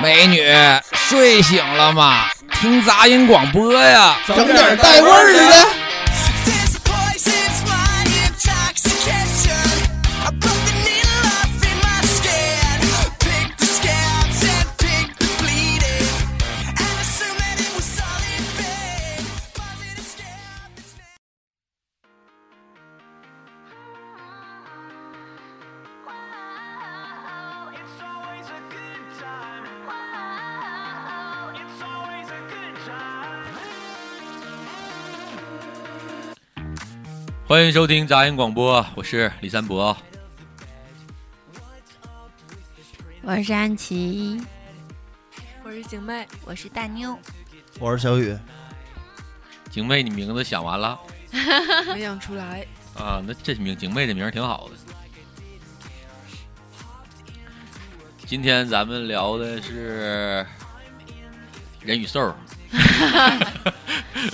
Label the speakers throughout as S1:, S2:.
S1: 美女，睡醒了吗？听杂音广播呀，
S2: 整点带味儿的。
S3: There's poison, swine intoxication. I broke the needle off in my skin. Pick the scabs and pick the bleeding, and assume that it was all in vain. Positive scab is made.
S4: 欢迎收听杂音广播，我是李三博。
S5: 我是安琪，
S6: 我是 景妹，
S5: 我是大妞，
S2: 我是小雨，
S4: 景妹，你名字想完了
S6: 没想出来。
S4: 啊？那这名景妹这名儿挺好的。今天咱们聊的是人与兽，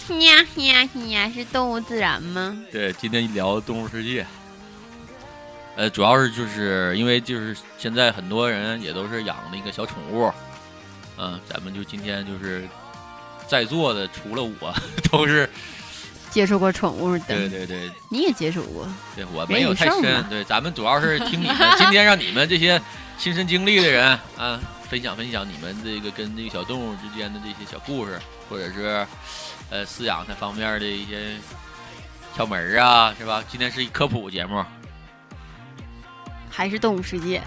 S5: 呀呀呀，是动物自然吗？
S4: 对，今天聊《动物世界》。呃，主要是就是因为就是现在很多人也都是养那个小宠物，嗯、咱们就今天就是在座的除了我 都是
S5: 接触过宠物的，
S4: 对对对
S5: 你也接触过，
S4: 对，我没有
S5: 人与
S4: 太
S5: 兽
S4: 深
S5: 嘛，
S4: 对，咱们主要是听你们今天让你们这些亲身经历的人啊，分享分享你们这个跟这个小动物之间的这些小故事，或者是呃饲养它方面的一些窍门儿啊，是吧？今天是一科普节目，
S5: 还是动物世界？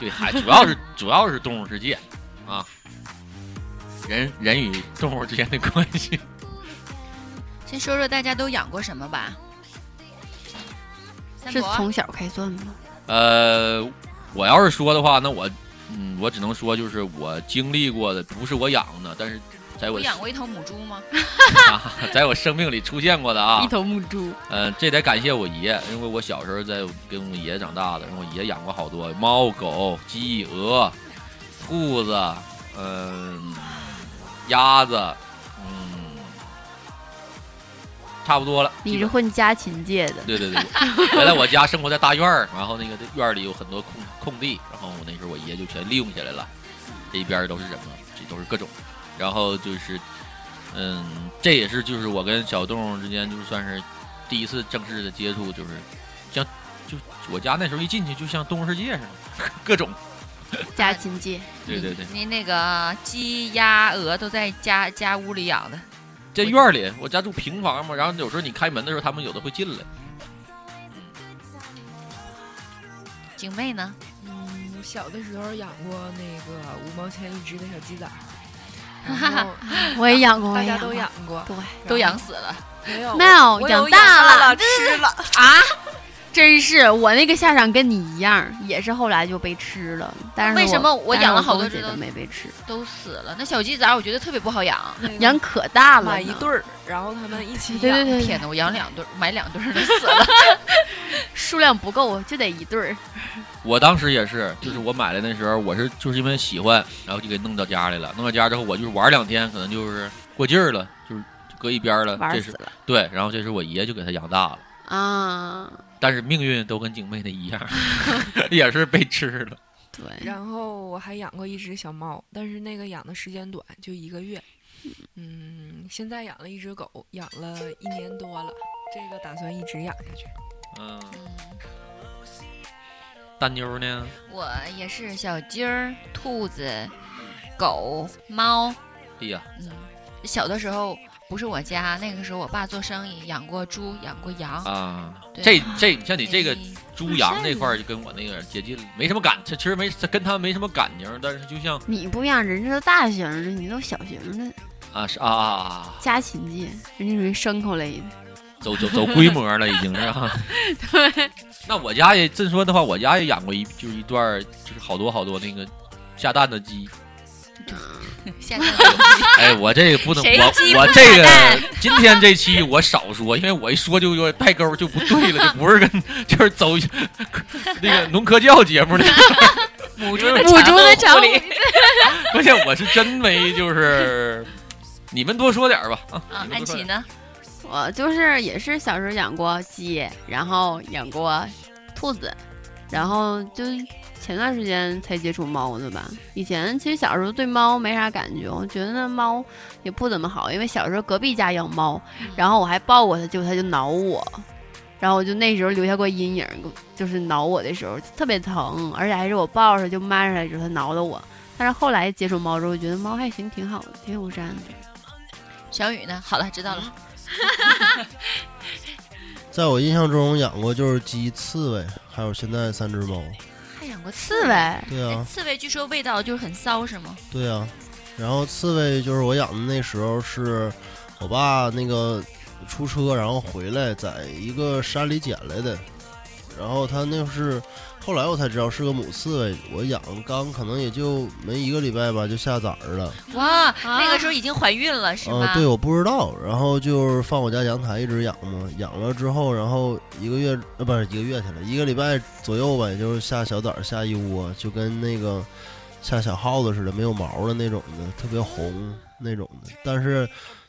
S4: 对，还主要是主要是动物世界啊，人人与动物之间的关系。
S7: 先说说大家都养过什么吧。三
S5: 是
S7: 伯
S5: 从小开算吗？
S4: 呃，我要是说的话，那我嗯，我只能说就是我经历过的，不是我养的，但是在
S7: 不
S4: 我
S7: 养过一头母猪吗？
S4: 啊， 在我生命里出现过的啊
S5: 一，头母猪，
S4: 嗯、这得感谢我爷，因为我小时候在跟我爷长大的，然后我爷养过好多猫、狗、鸡、鹅、兔子，嗯、鸭子，嗯，差不多了。
S5: 你
S4: 基
S5: 是
S4: 本
S5: 混家禽界的，
S4: 对对对， 我原来我家生活在大院儿，然后那个院儿里有很多空空地，然后我那时候我爷就全利用起来了，这一边儿都是什么，这都是各种，然后就是，嗯，这也是就是我跟小动物之间就算是第一次正式的接触，就是像就我家那时候一进去就像动物世界似的，各种，
S5: 家禽界，
S4: 对对对，
S7: 你那个鸡、鸭、鹅都在家家屋里养的，
S4: 这院儿里我家住平房嘛，然后有时候你开门的时候，他们有的会进来，
S7: 景妹呢？
S6: 嗯，我小的时候养过那个五毛钱一只的小鸡仔儿，然后
S5: 我也养过， 我
S6: 大
S5: 也
S6: 家
S5: 养
S6: 都
S5: 过
S6: 养过，
S5: 对，
S7: 都养死了，
S6: 没有？
S5: 没有
S6: 我
S5: 养
S6: 养大
S5: 了
S6: 吃 了。
S5: 真是我那个下场跟你一样，也是后来就被吃了。但是
S7: 为什么我
S5: 但是
S7: 养了
S5: 我
S7: 好
S5: 都
S7: 多
S5: 觉
S7: 只
S5: 得
S7: 都
S5: 没被吃，
S7: 都死了。那小鸡仔我觉得特别不好养。
S6: 那个
S5: 养可大了
S6: 买
S5: 呢，
S6: 一对儿，然后他 们一起
S5: 对对
S6: 养。
S5: 对，对
S7: 哎天哪，我养两对儿，买两对儿都死 了。
S5: 数量不够就得一对儿，
S4: 我当时也是，就是我买的那时候，我是就是因为喜欢，然后就给弄到家来了。弄到家之后，我就是玩两天，可能就是过劲儿了，就是搁一边儿了。
S5: 玩
S4: 呃这
S5: 死
S4: 是
S5: 了
S4: 对，然后这是我爷就给他养大了，
S5: 啊！
S4: 但是命运都跟景妹的一样， 也是被吃了。
S5: 对，
S6: 然后我还养过一只小猫，但是那个养的时间短，就一个月。嗯，现在养了一只狗，养了一年多了，这个打算一直养下去。
S4: 嗯，大妞儿呢？
S7: 我也是小鸡儿、兔子、狗、猫，
S4: 哎呀，
S7: 嗯，小的时候不是我家，那个时候我爸做生意，养过猪，养过羊。
S4: 啊，
S7: 对
S4: 这这像你这个
S7: 哎
S4: 猪羊这块儿就跟我那个接近了，没什么感，其实没跟他没什么感情，但是就像
S5: 你不一样，人家都大型的，你都小型的
S4: 啊是啊啊啊啊，
S5: 家禽界，人家属于牲口类的。
S4: 走走走规模了，已经是 哈。
S5: 对，
S4: 那我家也真说的话，我家也养过一就是一段儿就是好多好多那个下蛋的 鸡。
S7: 下 蛋了
S4: 哎，我这个不能，
S7: 谁鸡
S4: 我
S7: 不
S4: 我
S7: 下
S4: 这个
S7: 蛋
S4: 今天这期我少说，因为我一说就有点带沟，就不对了，就不是跟就是走那个农科教节目的。
S7: 母猪
S5: 母猪的
S7: 产
S5: 肠
S7: 里。
S4: 而且我是真没就是，你们多说点儿吧啊
S7: 啊，
S4: 你们
S7: 安
S4: 多说
S7: 琪
S4: 点儿
S7: 呢？
S5: 我就是也是小时候养过鸡，然后养过兔子，然后就前段时间才接触猫的吧。以前其实小时候对猫没啥感觉，我觉得那猫也不怎么好，因为小时候隔壁家养猫，然后我还抱过它，结果它就挠我，然后我就那时候留下过阴影，就是挠我的时候特别疼，而且还是我抱着就抹上来之后它挠的我。但是后来接触猫之后，我觉得猫还行，挺好的，挺友善的。
S7: 小雨呢？好了，知道了。
S2: 在我印象中养过就是鸡、刺猬，还有现在三只猫。
S7: 还养过
S5: 嗯刺猬，
S2: 对
S7: 哎
S2: 啊，
S7: 刺猬据说味道就是很骚，是吗？
S2: 对啊。然后刺猬就是我养的那时候是我爸那个出车，然后回来在一个山里捡来的。然后它那是后来我才知道是个母刺猬，我养刚可能也就没一个礼拜吧，就下崽儿了。
S7: 哇，那
S5: 啊
S7: 个时候已经怀孕了，是
S2: 嗯，
S7: 吗？
S2: 对，我不知道。然后就是放我家阳台一直养嘛，养了之后，然后一个月呃不是一个月去了，一个礼拜左右吧，也就是下小崽儿下一窝，就跟那个下小耗子似的，没有毛的那种的，特别红那种的。但是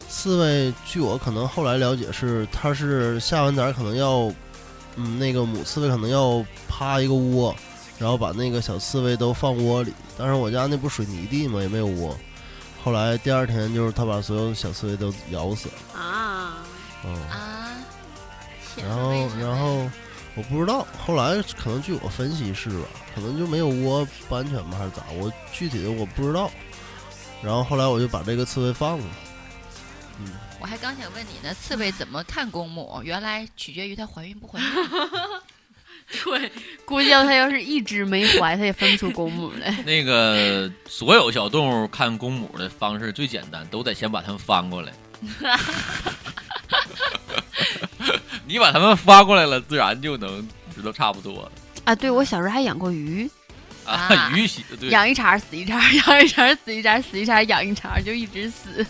S2: 刺猬，据我可能后来了解是，它是下完崽儿可能要，嗯，那个母刺猬可能要趴一个窝，然后把那个小刺猬都放窝里。但是我家那不水泥地嘛，也没有窝。后来第二天就是它把所有小刺猬都咬死了，
S5: 啊，
S2: 嗯，
S7: 啊，天
S2: 然
S7: 呐
S2: 后
S7: 为什么
S2: 然后我不知道，后来可能据我分析是吧，可能就没有窝不安全吧，还是咋？我具体的我不知道。然后后来我就把这个刺猬放了，
S7: 我还刚想问你呢，刺猬怎么看公母？原来取决于它怀孕不怀孕。
S5: 对，估计要它要是一只没怀，它也分不出公母来。
S4: 那个所有小动物看公母的方式最简单，都得先把它们翻过来。 你把它们翻过来了，自然就能知道差不多了
S5: 啊，对我小时候还养过鱼，
S7: 啊
S4: 鱼喜对，
S5: 养一茬死一茬，养一茬死一茬，死一茬养一茬，就一直死。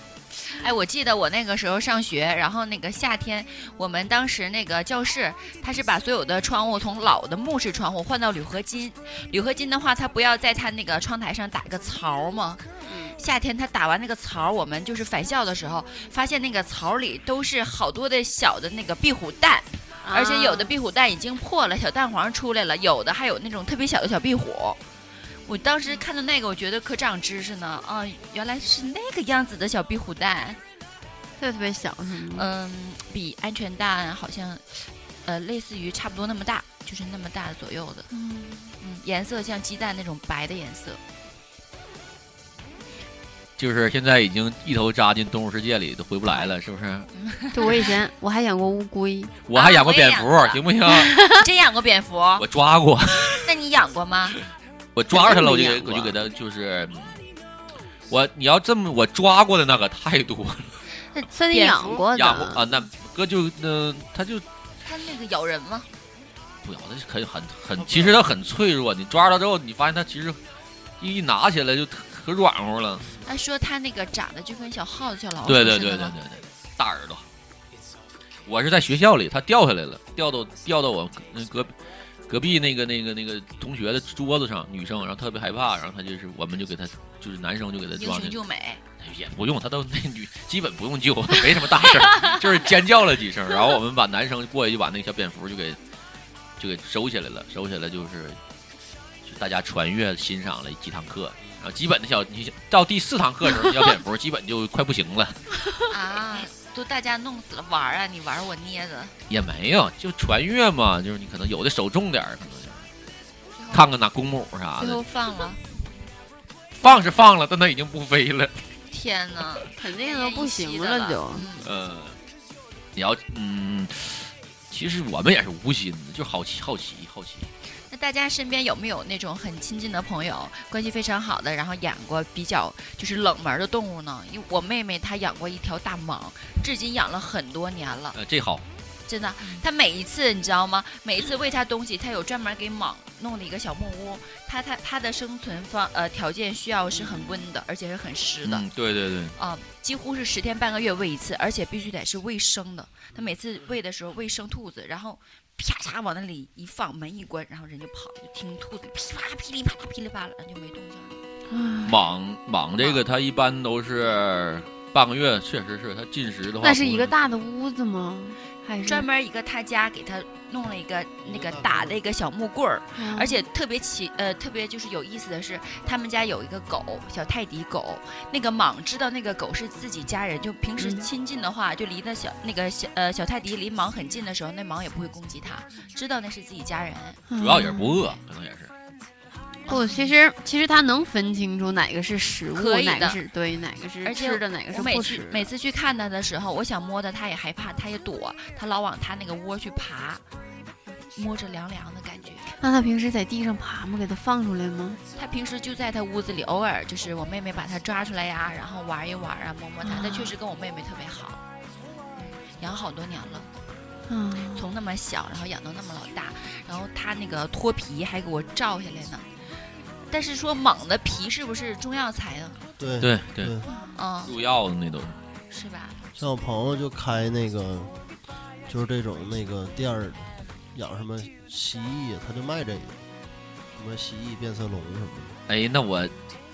S7: 哎，我记得我那个时候上学，然后那个夏天，我们当时那个教室，它是把所有的窗户从老的木式窗户换到铝合金。铝合金的话，它不要在它那个窗台上打个槽吗？夏天它打完那个槽，我们就是返校的时候，发现那个槽里都是好多的小的那个壁虎蛋，
S5: 啊
S7: 而且有的壁虎蛋已经破了，小蛋黄出来了，有的还有那种特别小的小壁虎。我当时看到那个，我觉得可长知识呢啊、原来是那个样子的小壁虎蛋。
S5: 特别特别小是吗？
S7: 嗯，比鹌鹑蛋好像，呃，类似于差不多那么大，就是那么大左右的。
S5: 呃
S7: 嗯，颜色像鸡蛋那种白的颜 色。
S4: 就是现在已经一头扎进动物世界里，都回不来了，是不是？
S5: 对，我以前我还养过乌 龟，
S4: 我还养过
S7: 啊我
S4: 蝙
S7: 也养
S4: 蝠，
S7: 过
S4: 行不行？啊
S7: 你真养过蝙蝠？
S4: 我抓过，
S7: 那你养过吗？
S4: 我抓着它了，我就
S5: 真没养
S4: 给
S5: 过
S4: 我就给它就是，嗯我你要这么我抓过的那个太多了，
S5: 算你
S7: 蝙
S5: 养
S7: 蝠
S5: 过的
S4: 养过啊，那哥就那它就
S7: 它那个咬人吗？
S4: 不咬，它是很很很，其实它很脆弱，你抓着它之后，你发现它其实一一拿起来就特可软乎了，
S7: 他说它那个长得就跟小耗子、小老鼠
S4: 对对
S7: 似
S4: 对对
S7: 的
S4: 对对
S7: 吗，
S4: 对，大耳朵。我是在学校里，它掉下来了，掉到掉到我那隔隔壁那个那个那个同学的桌子上，女生，然后特别害怕，然后她就是我们就给她就是男生就给她
S7: 英
S4: 装
S7: 雄
S4: 进，
S7: 救美。
S4: 也不用，她都那女基本不用救， 没什么大事儿，就是尖叫了几声，然后我们把男生过去就把那个小蝙蝠就给就给收起来了，收起来就是就大家传阅欣赏了几堂课。然后基本的小，你到第四堂课的时候，小蝙蝠基本就快不行了。
S7: 啊，都大家弄死了玩儿啊！你玩儿我捏的，
S4: 也没有，就传阅嘛，就是你可能有的手重点儿，可能就是
S7: 最后
S4: 看看那公母啥
S7: 最后
S4: 的，
S7: 放了。
S4: 放是放了，但它已经不飞了。
S7: 天哪，
S5: 肯定都不行了就。
S7: 嗯
S4: 呃，你要嗯，其实我们也是无心的，就好奇好奇好奇。
S7: 那大家身边有没有那种很亲近的朋友，关系非常好的，然后养过比较就是冷门的动物呢？因为我妹妹她养过一条大蟒，至今养了很多年了，
S4: 呃，这好，
S7: 真的。她每一次你知道吗？每一次喂它东西，她有专门给蟒弄了一个小木屋。它它它的生存方呃条件需要是很温的，而且是很湿的。
S4: 嗯，对对对，
S7: 啊、几乎是十天半个月喂一次，而且必须得是喂生的。他每次喂的时候喂生兔子，然后啪嚓往那里一放，门一关，然后人就跑，就听兔子噼啪噼里啪啦噼里啪啦，然后就没动静了。
S4: 蟒蟒这个它一般都是半个月确实是它进食的话，
S5: 那是一
S4: 不
S5: 个大的屋子吗？还是
S7: 专门一个他家给他弄了一个那个打的一个小木棍儿，
S5: 嗯
S7: 而且特别奇呃特别就是有意思的是，他们家有一个狗小泰迪狗，那个蟒知道那个狗是自己家人，就平时
S5: 嗯
S7: 亲近的话，就离那小那个小呃小泰迪离蟒很近的时候，那蟒也不会攻击它，知道那是自己家人。
S4: 主要也是不饿，可能也是。
S5: 啊不，其实其实他能分清楚哪个是食物
S7: 可，以
S5: 哪个
S7: 的
S5: 是对，哪个是
S7: 而且
S5: 吃的，哪个是
S7: 我每
S5: 不
S7: 次
S5: 吃的。
S7: 每次去看它的时候，我想摸它，它也害怕，它也躲，它老往它那个窝去爬，摸着凉凉的感觉。
S5: 那他平时在地上爬吗？给他放出来吗？
S7: 它平时就在它屋子里，偶尔就是我妹妹把它抓出来呀，然后玩一玩啊，摸摸它。它确实跟我妹妹特别好，嗯养好多年了，
S5: 啊，
S7: 从那么小，然后养到那么老大，然后它那个脱皮还给我照下来呢。但是说蟒的皮是不是中药材呢？
S2: 对
S4: 对
S2: 对
S4: 对，
S7: 嗯，
S4: 入药的那都是。
S7: 是 吧？
S2: 像我朋友就开那个，就是这种那个店儿，养什么蜥蜴，他就卖这个，什么蜥蜴变色龙什么的。
S4: 哎，那我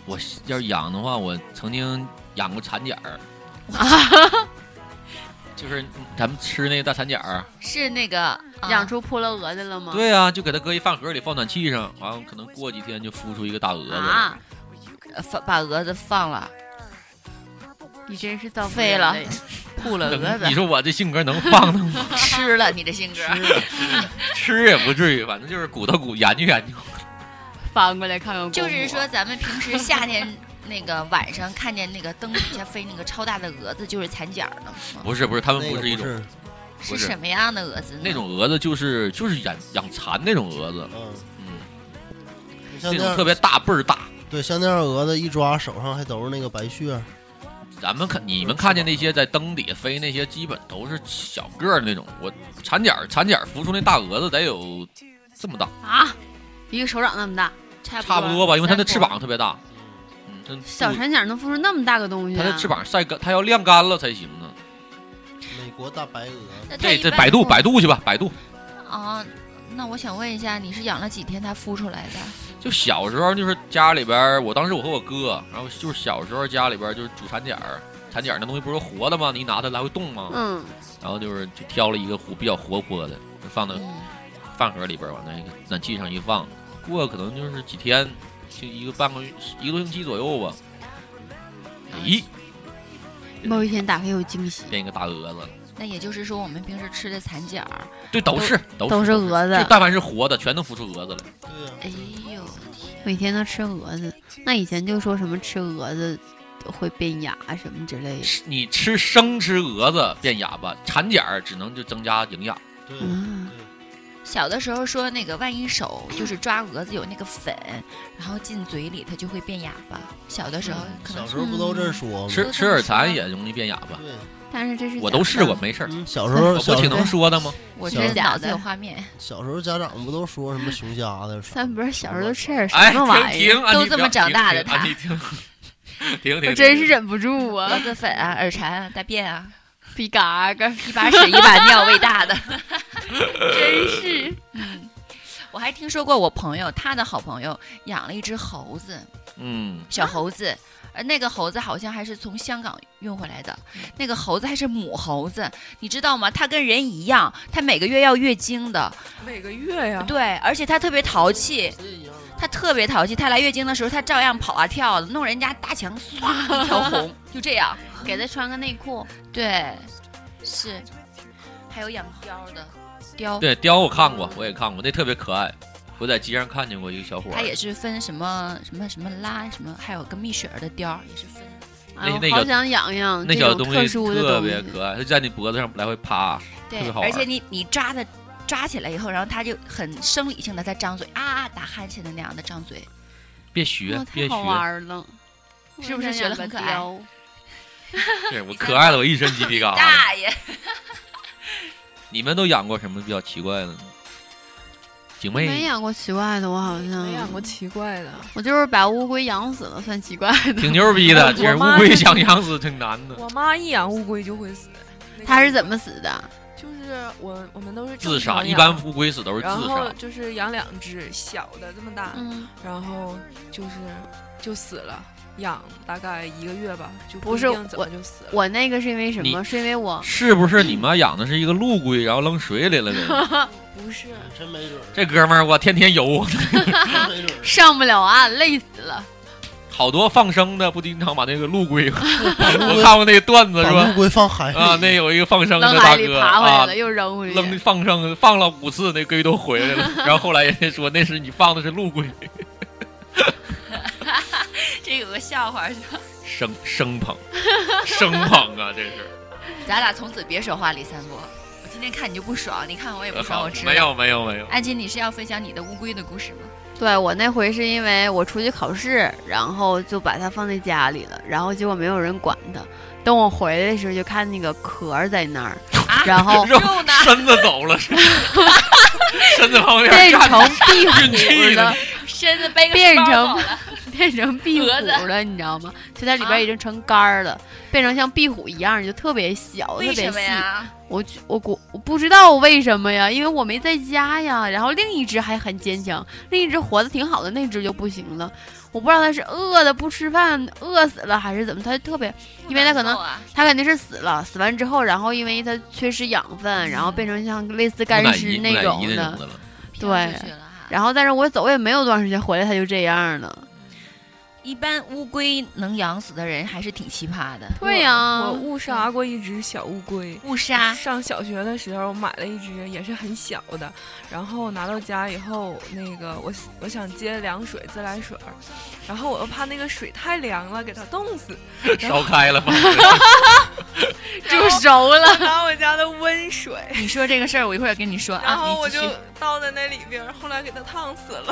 S4: 我要是养的话，我曾经养过蚕茧儿，就是咱们吃那个大蚕茧儿。
S7: 是那个、啊
S5: 养出扑了蛾的了吗？
S4: 对啊，就给它搁一饭盒里，放暖气上，完了可能过几天就孵出一个大蛾子。
S5: 啊，
S7: 呃放把蛾子放 了，
S5: 你真是造福
S7: 废
S5: 人
S7: 了
S5: 类
S7: 吐了蛾
S4: 能你
S7: 子，
S4: 说我这性格能放那 吗？
S7: 吃了你这性格。
S4: 吃也不至于，反正就是鼓捣鼓研究研究。
S5: 翻过来看看公母。啊
S7: 就是
S4: 哦
S7: 说，咱们平时夏天那个晚上看见那个灯底下飞那个超大的蛾子，就是蚕茧儿呢吗？
S4: 不是不是，它们
S2: 那
S4: 嗯不
S2: 个
S4: 是一
S2: 不
S4: 种
S2: 是，
S7: 是
S4: 不是
S7: 什么样的蛾子呢？
S4: 那种蛾子，就是就是养养蚕那种蛾子，
S2: 嗯，
S4: 嗯，
S2: 像那
S4: 那种
S2: 样
S4: 特别大倍儿大。
S2: 对，像那样蛾子一抓手上还都是那个白啊屑。
S4: 咱们看你们看见那些在灯底下飞那些，基本都是小个儿那种。我蚕茧儿蚕茧儿孵出那大蛾子得有这么大，
S5: 啊，一个手掌那么大，
S7: 差
S4: 差不多吧，因为它的翅膀
S7: 三
S4: 特别大。嗯，它
S5: 小
S4: 它
S5: 蚕茧能孵出那么大个东西、啊？
S4: 的翅膀晒干，它要晾干了才行呢。
S2: 美国大白蛾，
S7: 脖。那它
S4: 这
S7: 一
S4: 这
S7: 般
S4: 百度
S7: 不
S4: 百度去吧，百度。
S7: 啊。那我想问一下，你是养了几天它孵出来的？
S4: 就小时候就是家里边儿，我当时我和我哥，然后就是小时候家里边儿就是煮蚕茧儿，蚕茧儿那东西不是活的吗？你一拿它来回动吗？
S5: 嗯，
S4: 然后就是就挑了一个活比较活泼的，就放到
S7: 嗯，
S4: 饭盒里边儿，往那个暖气上一放，过可能就是几天，就一个半个月一个多星期左右吧。咦，
S5: 嗯某一天打开有惊喜，
S4: 变一个大蛾子了，
S7: 那也就是说，我们平时吃的蚕茧儿，
S4: 对，都是都
S5: 都是
S4: 是。
S5: 蛾
S4: 就
S5: 子，
S4: 但凡是活的，全都孵出蛾子来。
S2: 对啊呀、
S7: 哎呦天，
S5: 每天都吃蛾子。那以前就说什么吃蛾子会变哑什么之类的。
S4: 吃你吃生吃蛾子变哑巴，蚕茧儿只能就增加营养。
S2: 对，
S5: 嗯，
S7: 小的时候说那个万一手就是抓蛾子有那个粉，然后进嘴里它就会变哑巴。小的时候
S4: 嗯
S7: 可能
S2: 小时候不都这说吗？
S4: 吃吃耳蚕也容易变哑巴。
S2: 对，
S5: 但是这是
S4: 我
S5: 假
S4: 都
S5: 的
S4: 试过，没事儿。
S2: 嗯，小时候
S4: 我不
S2: 小
S4: 挺
S2: 时
S4: 能
S2: 候
S4: 说的吗？
S7: 我
S2: 小
S7: 这
S5: 假
S7: 脑子
S5: 的
S7: 有画面。
S2: 小时候家长不都说什么熊瞎子啥的？
S5: 三伯小时候都吃点
S4: 哎，
S5: 什么玩意
S4: 停
S5: 儿，
S4: 停，安
S7: 都
S4: 妮
S7: 这
S4: 不
S7: 么
S4: 要
S7: 长
S4: 停
S7: 大的
S4: 停安
S7: 他
S4: 妮 停停停，
S5: 我真
S4: 停
S5: 是。忍不住
S7: 蛾
S5: 啊！
S7: 子粉啊，耳蝉啊，大 便啊，
S5: 比嘎嘎，
S7: 一把屎一把尿喂大的。
S5: 真是
S7: 嗯，我还听说过我朋友他的好朋友养了一只猴子，
S4: 嗯，
S7: 小猴子，呃，那个猴子好像还是从香港运回来的，
S5: 嗯
S7: 那个猴子还是母猴子，你知道吗？它跟人一样，它每个月要月经的，
S6: 每个月呀、
S7: 对，而且它特别淘气。它特别淘气，它来月经的时候，它照样跑啊跳的，弄人家大墙唰一条 红，就这样。
S5: 给他穿个内裤，
S7: 对，是，还有养貂的貂，
S4: 对，貂我看过，我也看过，那特别可爱。我在街上看见过一个小伙儿，
S7: 它也是分什么什么什么拉什么，还有个蜜雪儿的貂也是分。
S5: 哎
S4: 那
S5: 我
S4: 那
S5: 好
S4: 小
S5: 想养养
S4: 那
S5: 这
S4: 小
S5: 种
S4: 东
S5: 特
S4: 西
S5: 殊的
S4: 特
S5: 东
S4: 别
S5: 西。
S4: 可爱，它在你脖子上来回趴。特
S7: 对
S4: 别好，玩
S7: 而且你你抓它抓起来以后，然后它就很生理性的在张嘴啊打哈欠的那样的张嘴，
S4: 别学
S5: 哇，
S4: 别
S5: 哦太好
S4: 学，
S5: 玩了，
S7: 是不是
S5: 我想
S7: 觉得
S5: 养
S7: 很
S5: 个
S7: 可爱
S5: 貂
S4: 对我 可爱的我一身鸡皮 疙瘩。
S7: 大爷，
S4: 你们都养过什么比较奇怪的呢？景
S5: 没
S4: 妹
S5: 养过奇怪的，我好
S6: 没养过
S5: 像
S6: 奇怪的。
S5: 我就是把乌龟养死了，算奇怪的。
S4: 挺牛 逼的，
S6: 我
S4: 这是乌
S6: 妈
S4: 龟
S6: 是
S4: 想养死挺难的。
S6: 我妈一养乌龟就会死。
S5: 它是怎么死的？啊
S6: 就是我我们都是
S4: 自
S6: 正
S4: 杀，
S6: 常
S4: 一
S6: 养
S4: 般乌龟死都是自
S6: 然后
S4: 杀。
S6: 就是养两只小的这么大，
S5: 嗯，
S6: 然后就是就死了。养大概一个月吧，就
S5: 不
S6: 一
S5: 是
S6: 定怎
S5: 我
S6: 么就死了。
S5: 我那个是因为什么？
S1: 你
S5: 是因为我
S1: 是不是你妈养的是一个陆龟，然后扔水里了呢？
S6: 不是，
S2: 哎真没准儿，
S1: 这哥们儿我天天游，
S2: 真没 准儿。
S5: 上不了岸，累死了。
S1: 好多放生的不经常把那个陆 龟，我看过那个段子
S2: 把
S1: 说
S2: 乌龟放海里
S1: 啊，那有一个放生的
S5: 扔
S1: 大
S5: 海里
S1: 哥
S5: 爬回来
S1: 啊
S5: 了，，又扔回
S1: 扔
S5: 去。
S1: 放生放了五次，那龟都回来 了。然后后来人家说那是你放的是陆龟，
S7: 这有个笑话，
S1: 生生捧，生捧啊，这 是。
S7: 咱俩从此别说话，李三伯。我今天看你就不爽，你看我也不爽，
S1: 好
S7: 我
S5: 啊
S7: 知道。
S1: 没有没有没有，
S7: 安吉，你是要分享你的乌龟的故事吗？
S5: 对我那回是因为我出去考试，然后就把它放在家里了，然后结果没有人管它。等我回来的时候，就看那个壳儿在那儿，
S7: 啊
S5: 然后
S1: 肉
S7: 肉呢？
S1: 身子走了， 身子旁边
S5: 变
S1: 站
S5: 成
S1: 着
S5: 壁
S1: 运气
S5: 虎
S1: 呢
S5: 了，
S7: 身子背个
S5: 变
S7: 书包
S5: 成
S7: 走啊了
S5: 变成壁虎
S7: 蛾子
S5: 了，你知道吗？就它里
S7: 啊
S5: 边已经成杆儿了，变成像壁虎一样，就特别小，特
S7: 为
S5: 别
S7: 什么
S5: 细。
S7: 呀？
S5: 我觉我我我不知道为什么呀，因为我没在家呀。然后另一只还很坚强，另一只活得挺好的那只就不行了。我不知道它是饿的不吃饭，饿死了还是怎么，它就特别，因为它可能
S7: 不够啊
S5: 它肯定是死了。死完之后，然后因为它缺失养分，然后变成像类似干尸
S1: 木乃伊木乃
S5: 种
S1: 伊那
S5: 的
S1: 种。的了。
S7: 飘
S5: 对
S7: 出去了哈
S5: 然后，但是我走也没有多长时间，回来它就这样了。
S7: 一般乌龟能养死的人还是挺奇葩的。
S5: 对呀、
S6: 我误杀过一只小乌龟。
S7: 误
S5: 啊
S7: 杀，
S6: 上小学的时候买了一只，也是很小的，然后拿到家以后，那个我我想接凉水自来水儿，然后我又怕那个水太凉了给它冻死，
S1: 烧开了吧？
S5: 煮熟了。
S6: 拿我家的温水，
S7: 你说这个事儿，我一会儿跟你说
S6: 然
S7: 啊。
S6: 后我
S7: 你继
S6: 就
S7: 续。
S6: 倒在那里边儿，后来给它烫死了。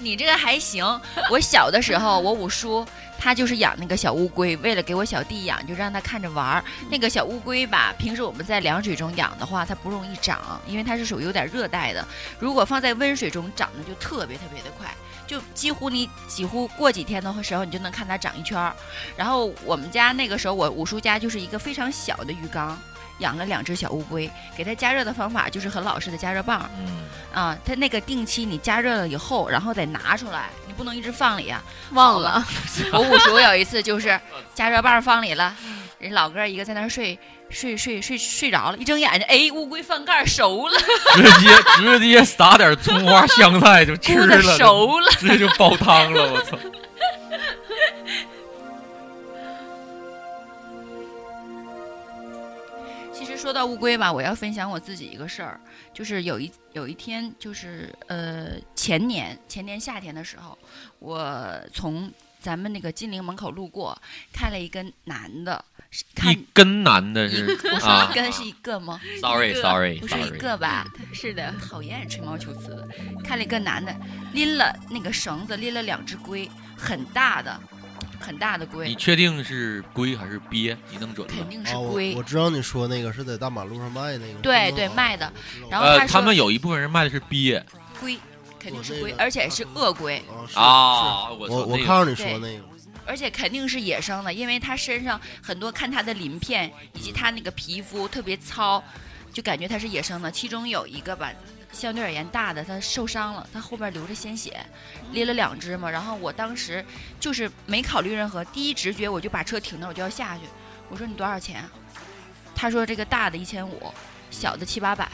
S7: 你这个还行。我小的时候，我五叔他就是养那个小乌龟，为了给我小弟养，就让他看着玩儿。那个小乌龟吧，平时我们在凉水中养的话，它不容易长，因为它是属于有点热带的。如果放在温水中长的，就特别特别的快。就几乎你几乎过几天的时候，你就能看它长一圈儿。然后我们家那个时候，我五叔家就是一个非常小的鱼缸，养了两只小乌龟。给它加热的方法就是很老式的加热棒，
S1: 嗯，
S7: 啊，它那个定期你加热了以后，然后再拿出来，你不能一直 放里啊。
S5: 忘了，
S7: 我五叔有一次
S1: 呃
S7: 就是加热棒放里了，人老哥一个在那儿睡睡睡睡睡着了，一睁眼睛，哎，乌龟翻盖儿熟了，
S1: 直接直接撒点葱花香菜就吃
S7: 咕的
S1: 了，
S7: 熟了。
S1: 直接就煲汤了。我操！
S7: 其实说到乌龟吧，我要分享我自己一个事儿，就是有一有一天，就是呃前年前年夏天的时候，我从咱们那个金陵门口路过，看了一个男的，是看
S1: 一根男的
S7: 一
S1: 是
S7: 我说
S1: 啊
S7: 一根是一个吗？
S1: ，sorry
S7: 一个
S1: sorry
S7: 不是一
S1: sorry，嗯
S7: 个吧？
S5: 是的，
S7: 讨厌吹毛求疵的。看了一个男的拎了那个绳子，拎了两只龟，很大的，很大的
S1: 你
S7: 龟，
S1: 确定是龟还是鳖？你弄准
S7: 肯
S1: 了？
S7: 定是
S2: 啊，我
S7: 龟
S2: 我。知道你说那个是在大马路上卖那个，
S7: 对
S2: 是吗
S7: 对卖的，
S2: 我知道
S7: 然后
S1: 呃，
S7: 他说
S1: 他们有一部分人卖的是鳖
S7: 龟肯定是
S2: 我
S7: 龟
S2: 那，个
S7: 而且是鳄龟，
S2: 啊是
S1: 啊！我
S2: 是
S1: 操
S2: 我我
S1: 那
S2: 看
S1: 个
S2: 到你说那个，
S7: 而且肯定是野生的，因为它身上很多看它的鳞片以及它那个皮肤特别糙，就感觉它是野生的。其中有一个吧，相对而言大的，它受伤了，它后边流着鲜血，拎了两只嘛。然后我当时就是没考虑任何，第一直觉我就把车停那儿，我就要下去。我说你多少钱啊？他说这个大的一千五，小的七八百。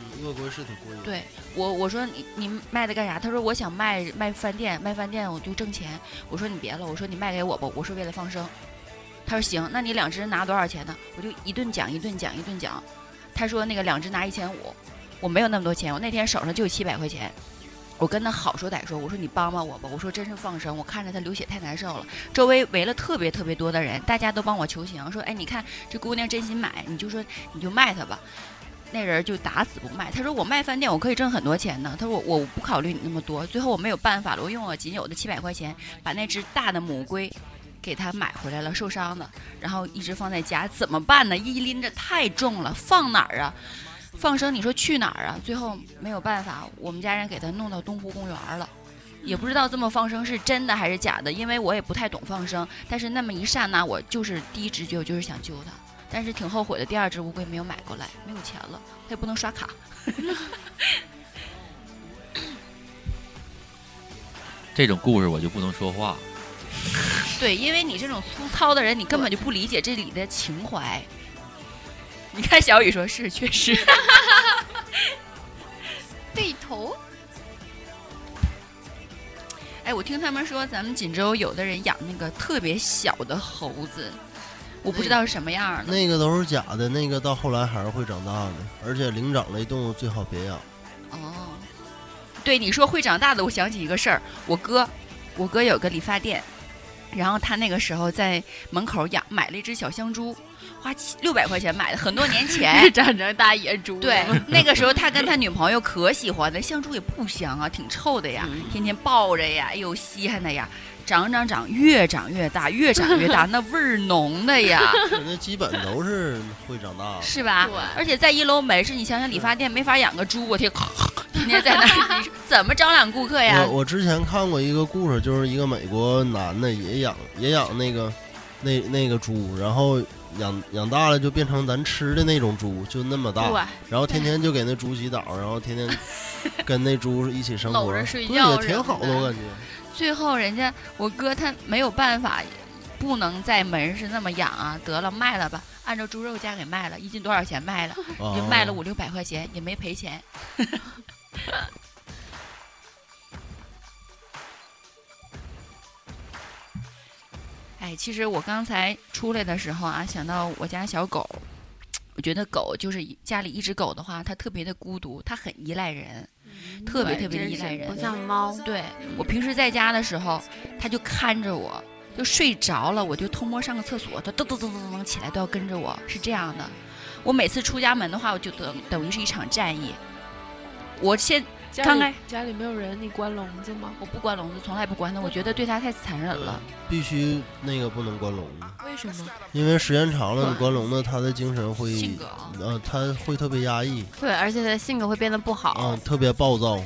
S2: 嗯鳄龟是挺贵的，
S7: 对我我说你你卖它干啥？他说我想卖卖饭店，卖饭店我就挣钱。我说你别了，我说你卖给我吧，我是为了放生。他说行，那你两只拿多少钱呢？我就一顿讲一顿讲一顿讲。他说那个两只拿一千五，我没有那么多钱，我那天手上就有七百块钱。我跟他好说歹说，我说你帮帮我吧，我说真是放生，我看着他流血太难受了。周围围了特别特别多的人，大家都帮我求情，说哎你看这姑娘真心买，你就说你就卖她吧。那人就打死不卖。他说我卖饭店，我可以挣很多钱呢。他说我我不考虑你那么多。最后我没有办法了，我用我仅有的七百块钱把那只大的母龟给他买回来了，受伤的，然后一直放在家，怎么办呢？一拎着太重了，放哪儿啊？放生你说去哪儿啊？最后没有办法，我们家人给他弄到东湖公园了。也不知道这么放生是真的还是假的，因为我也不太懂放生。但是那么一刹那，我就是第一直觉，我就是想救他，但是挺后悔的。第二只乌龟没有买过来，没有钱了。他也不能刷卡。
S1: 这种故事我就不能说话，
S7: 对，因为你这种粗糙的人，你根本就不理解这里的情怀。你看小雨说是，确实。
S5: 对头，
S7: 哎，我听他们说，咱们锦州有的人养那个特别小的猴子，我不知道是什么样儿的。
S2: 那个都是假的，那个到后来还是会长大的，而且灵长类动物最好别养。
S7: 哦，对，你说会长大的，我想起一个事儿，我哥，我哥有个理发店，然后他那个时候在门口养买了一只小香猪，花七六百块钱买的，很多年 前。
S5: 哎长成大野猪。 啊
S7: 对，那个时候他跟他女朋友可喜欢了，香猪也不香啊，挺臭的呀，
S5: 嗯
S7: 天天抱着呀，哎呦稀罕的呀，长长长，越长越大，越长越大，那味儿浓 的呀，
S2: 那基本都是会长大的。
S7: 是吧？
S5: 对
S2: 啊
S7: 而且在一楼门市，你想想理发店没法养个猪，我天，天 天在那儿，你说怎么招揽顾客哎呀？
S2: 我我之前看过一个故事，就是一个美国男的也养也养那个那那个猪，然后养养大了就变成咱吃的那种猪，就那么大，然后天天就给那猪洗澡，然后天天跟那猪一起生活，
S5: 搂着睡
S2: 对，
S5: 觉
S2: 也挺好的，
S5: 什么的
S2: 我感觉。
S7: 最后人家我哥他没有办法，不能在门市那么养啊，得了卖了吧，按照猪肉价给卖了，一斤多少钱卖了，
S2: 啊
S7: 也卖了五六百块钱，也没赔钱。 哎，其实我刚才出来的时候啊，想到我家小狗，我觉得狗就是一家里一只狗的话，它特别的孤独，它很依赖人，特别
S5: 嗯对
S7: 特别的
S5: 真
S7: 依
S5: 是
S7: 赖人
S5: 不。像猫。
S7: 对我平时在家的时候，他就看着我，就睡着了，我就偷摸上个厕所，他噔噔噔噔噔起来都要跟着我，是这样的。我每次出家门的话，我就等等于是一场战役。我先
S6: 家
S7: 刚
S6: 里
S7: 开
S6: 家里没有人，你关笼子吗？
S7: 我不关笼子，从来不关的，我觉得对他太残忍了。
S2: 必须那个不能关笼子，
S6: 为什么？
S2: 因为时间长了你关笼子，它的精神会
S7: 性格啊
S2: 呃，它会特别压抑，
S5: 对，而且它的性格会变得不
S2: 啊、
S5: 好。
S2: 特别暴躁。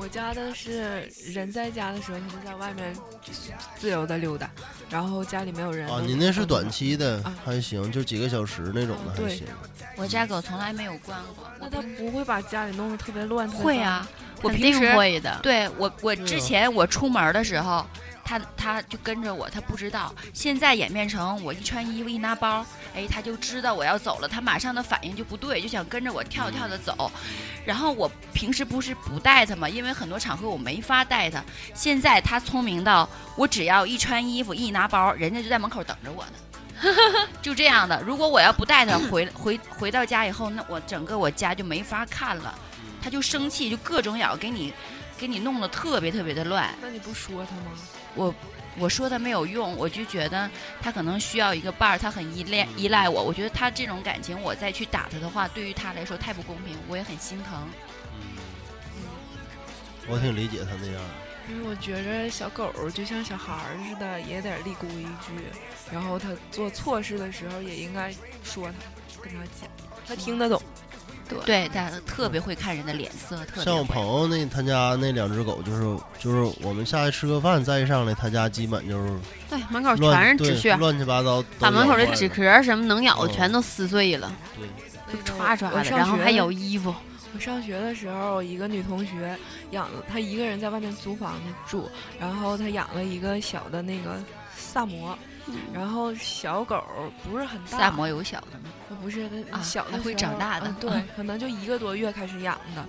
S6: 我家的是人在家的时候，你就在外面自由的溜达，然后家里没有人
S2: 啊，你那是短。期的
S6: 啊，
S2: 还行，就几个小时那种的还
S6: 对
S2: 行。
S7: 我家狗从来没有关过，
S6: 那他不会把家里弄得特别乱？
S7: 会啊，，我
S5: 肯
S7: 平
S5: 定
S7: 时
S5: 会的。
S7: 对我，我
S2: 对
S7: 之
S2: 啊
S7: 前我出门的时候，他他就跟着我，他不知道。现在演变成我一穿衣服一拿包，哎，他就知道我要走了，他马上的反应就不对，就想跟着我跳跳的走。然后我平时不是不带他嘛，因为很多场合我没法带他。现在他聪明到我只要一穿衣服一拿包，人家就在门口等着我呢。就这样的，如果我要不带他回回回到家以后，那我整个我家就没法看了，他就生气，就各种咬，给你给你弄得特别特别的乱。
S6: 那你不说他吗？
S7: 我说他没有用，我就觉得他可能需要一个伴儿，他很依恋
S2: 嗯
S7: 依赖我。我觉得他这种感情，我再去打他的话，对于他来说太不公平，我也很心疼。
S2: 我挺理解他那样的。
S6: 因为我觉着小狗儿就像小孩儿似的，也得立规矩，然后他做错事的时候也应该说他，跟他讲，他听得懂。
S7: 对，他特别会看人的脸色，特别
S2: 像我
S7: 会
S2: 朋友那他家那两只狗，就是就是我们下去吃个饭，再一上来他家基本就是
S5: 对，门口
S2: 乱
S5: 哦全是
S2: 对
S5: 纸屑，
S2: 乱七嗯八糟，
S5: 把门口的
S2: 都咬坏
S5: 纸
S2: 了
S5: 壳儿什么能咬的全都撕碎了，
S2: 对，
S5: 就歘
S6: 那个
S5: 歘
S6: 我
S5: 的，
S6: 上
S5: 然后
S6: 学
S5: 还有衣服。
S6: 我上学的时候，一个女同学养了，她一个人在外面租房子住，然后她养了一个小的那个萨摩，然后小狗儿不是很大，
S7: 萨摩有小的吗？
S6: 呃不是它
S7: 啊
S6: 小的
S7: 它会
S6: 时
S7: 长
S6: 候
S7: 大的
S6: 嗯对
S7: 嗯，
S6: 可能就一个多月开始养的，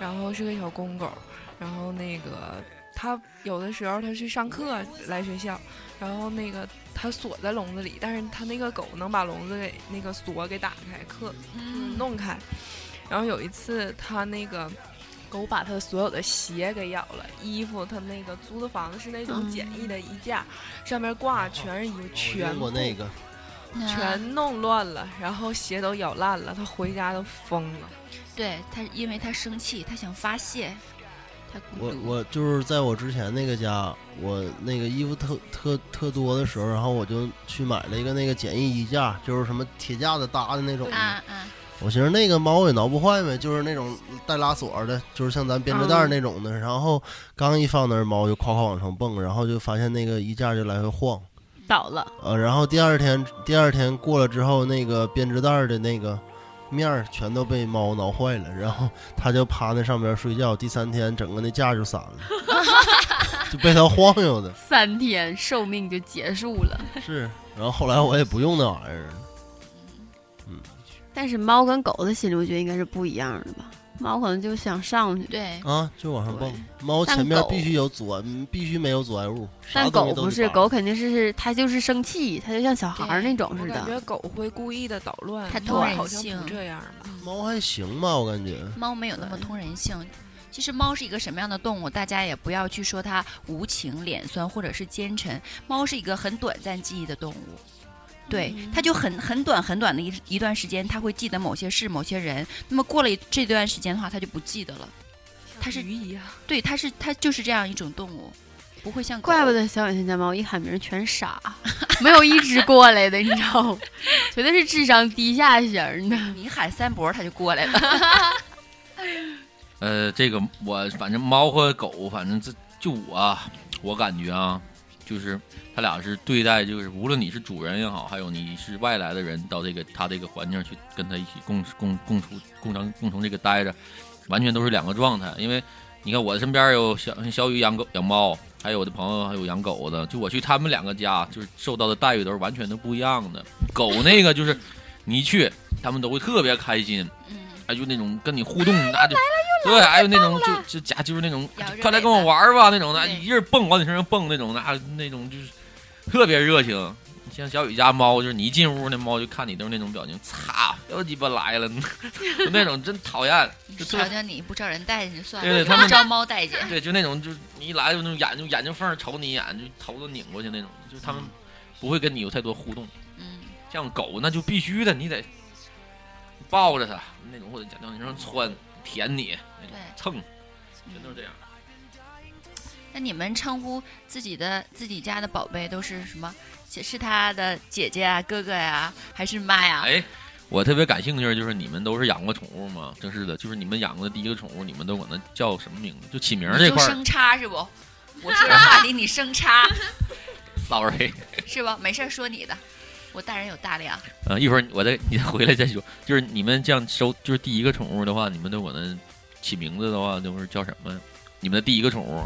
S6: 然后是个小公狗，然后那个它有的时候它去上课来学校，然后那个它锁在笼子里，但是它那个狗能把笼子给那个锁给打开，克
S7: 嗯
S6: 弄开。然后有一次，他那个狗把他所有的鞋给咬了，衣服他那个租的房子是那种
S5: 嗯
S6: 简易的衣架，上面挂全是衣服，
S2: 我
S6: 全部
S2: 哦那个
S6: 全弄乱了，然后鞋都咬烂了，他回家都疯了。
S7: 对他，因为他生气，他想发泄，他孤
S2: 我
S7: 独。
S2: 我就是在我之前那个家，我那个衣服特特特多的时候，然后我就去买了一个那个简易衣架，就是什么铁架子搭的那种的。
S7: 啊啊，
S2: 我寻思那个猫也挠不坏呗，就是那种带拉锁的，就是像咱编织袋
S5: 嗯
S2: 那种的。然后刚一放那儿，猫就夸夸往上蹦，然后就发现那个衣架就来回晃。
S5: 倒了，
S2: 呃，然后第二天，第二天过了之后，那个编织袋儿的那个面儿全都被猫挠坏 了，然后它就趴那上边睡觉。第三天，整个那架就散了。就被它晃悠的。
S5: 三天寿命就结束了。
S2: 是，然后后来我也不用那玩意儿了。
S5: 但是猫跟狗的心理，我觉得应该是不一样的吧。猫可能就想上去，
S7: 对，
S2: 啊，就往上
S5: 对
S2: 蹦。猫
S5: 但
S2: 前面
S5: 狗
S2: 必须有阻碍，嗯必须没有阻碍物。啥
S5: 但
S2: 东
S5: 狗
S2: 西都
S5: 不
S2: 得
S5: 是，
S2: 扒
S5: 狗肯定是是它就是生气，它就像小孩儿那种
S6: 我
S5: 似
S6: 感
S5: 的。
S6: 觉狗会故意的捣乱，
S7: 它
S6: 猫
S7: 通人
S6: 好像
S7: 性
S6: 不这样吧？
S2: 猫还行吧，我感觉。
S7: 猫没有那么
S5: 对
S7: 通人性。其实猫是一个什么样的动物，大家也不要去说它无情、脸酸或者是奸臣。猫是一个很短暂记忆的动物，对，它就很很短很短的一一段时间，它会记得某些事、某些人。那么过了一这段时间的话，它就不记得了。它是
S6: 鱼一样，
S7: 对，它是它就是这样一种动物，不会像狗
S5: 怪不得小远他家猫一喊名儿全傻， 没有一只过来的，你知道 吗？绝对是智商低下型儿的。
S7: 你喊三伯，它就过来了。
S1: 呃，这个我反正猫和狗，反正这就我啊，我感觉啊，就是它俩是对待，就是无论你是主人也好，还有你是外来的人到这个它这个环境去跟它一起共共共处共同共同这个待着，完全都是两个状态。因为你看我身边有小小雨养狗养猫，还有我的朋友还有养狗的，就我去他们两个家，就是受到的待遇都是完全都不一样的。狗那个就是你一去，他们都会特别开心。
S7: 嗯，
S1: 哎，就那种跟你互动，那就对，还有那种就就家就是那种
S7: 摇着，
S1: 快来
S7: 尾
S1: 跟我
S7: 巴
S1: 玩儿吧那种的，
S7: 对
S1: 一人蹦往你身上蹦那种的，那那种就是特别热情。像小雨家猫，就是你一进屋，那猫就看你都是那种表情，擦，又鸡巴来了， 就那种真讨厌，就特
S7: 瞧瞧你不招人待见就算
S1: 对
S7: 了，
S1: 对它们
S7: 不招猫待见。
S1: 对，就那种，就是你一来就那种眼睛眼睛缝儿瞅你一眼，就头都拧过去那种，就他们不会跟你有太多互动。
S7: 嗯，
S1: 像狗那就必须的，你得抱着它那种，或者往你身上窜，舔你，那种
S7: 对
S1: 蹭，全都是这样。
S7: 那你们称呼自己的自己家的宝贝都是什么？是是他的姐姐啊、哥哥呀、还是妈呀？
S1: 哎，我特别感兴趣的就是你们都是养过宠物吗？真是的，就是你们养过的第一个宠物，你们都管它叫什么名字？就起名儿
S7: 你
S1: 这
S7: 就
S1: 块儿
S7: 生插是不？我 说的话题你生插
S1: ，sorry，
S7: 是吧？没事儿说你的，我大人有大量。
S1: 呃，一会儿我再你再回来再说。就是你们这样收，就是第一个宠物的话，你们都管它起名字的话，都是叫什么呀？你们的第一个宠物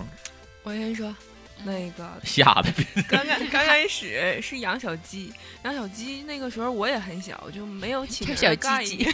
S6: 我先说，那个
S1: 吓的，
S6: 刚 开刚开始是养小鸡，养小鸡那个时候我也很小，就没有起名
S7: 叫小
S6: 儿概
S7: 鸡鸡
S6: 念。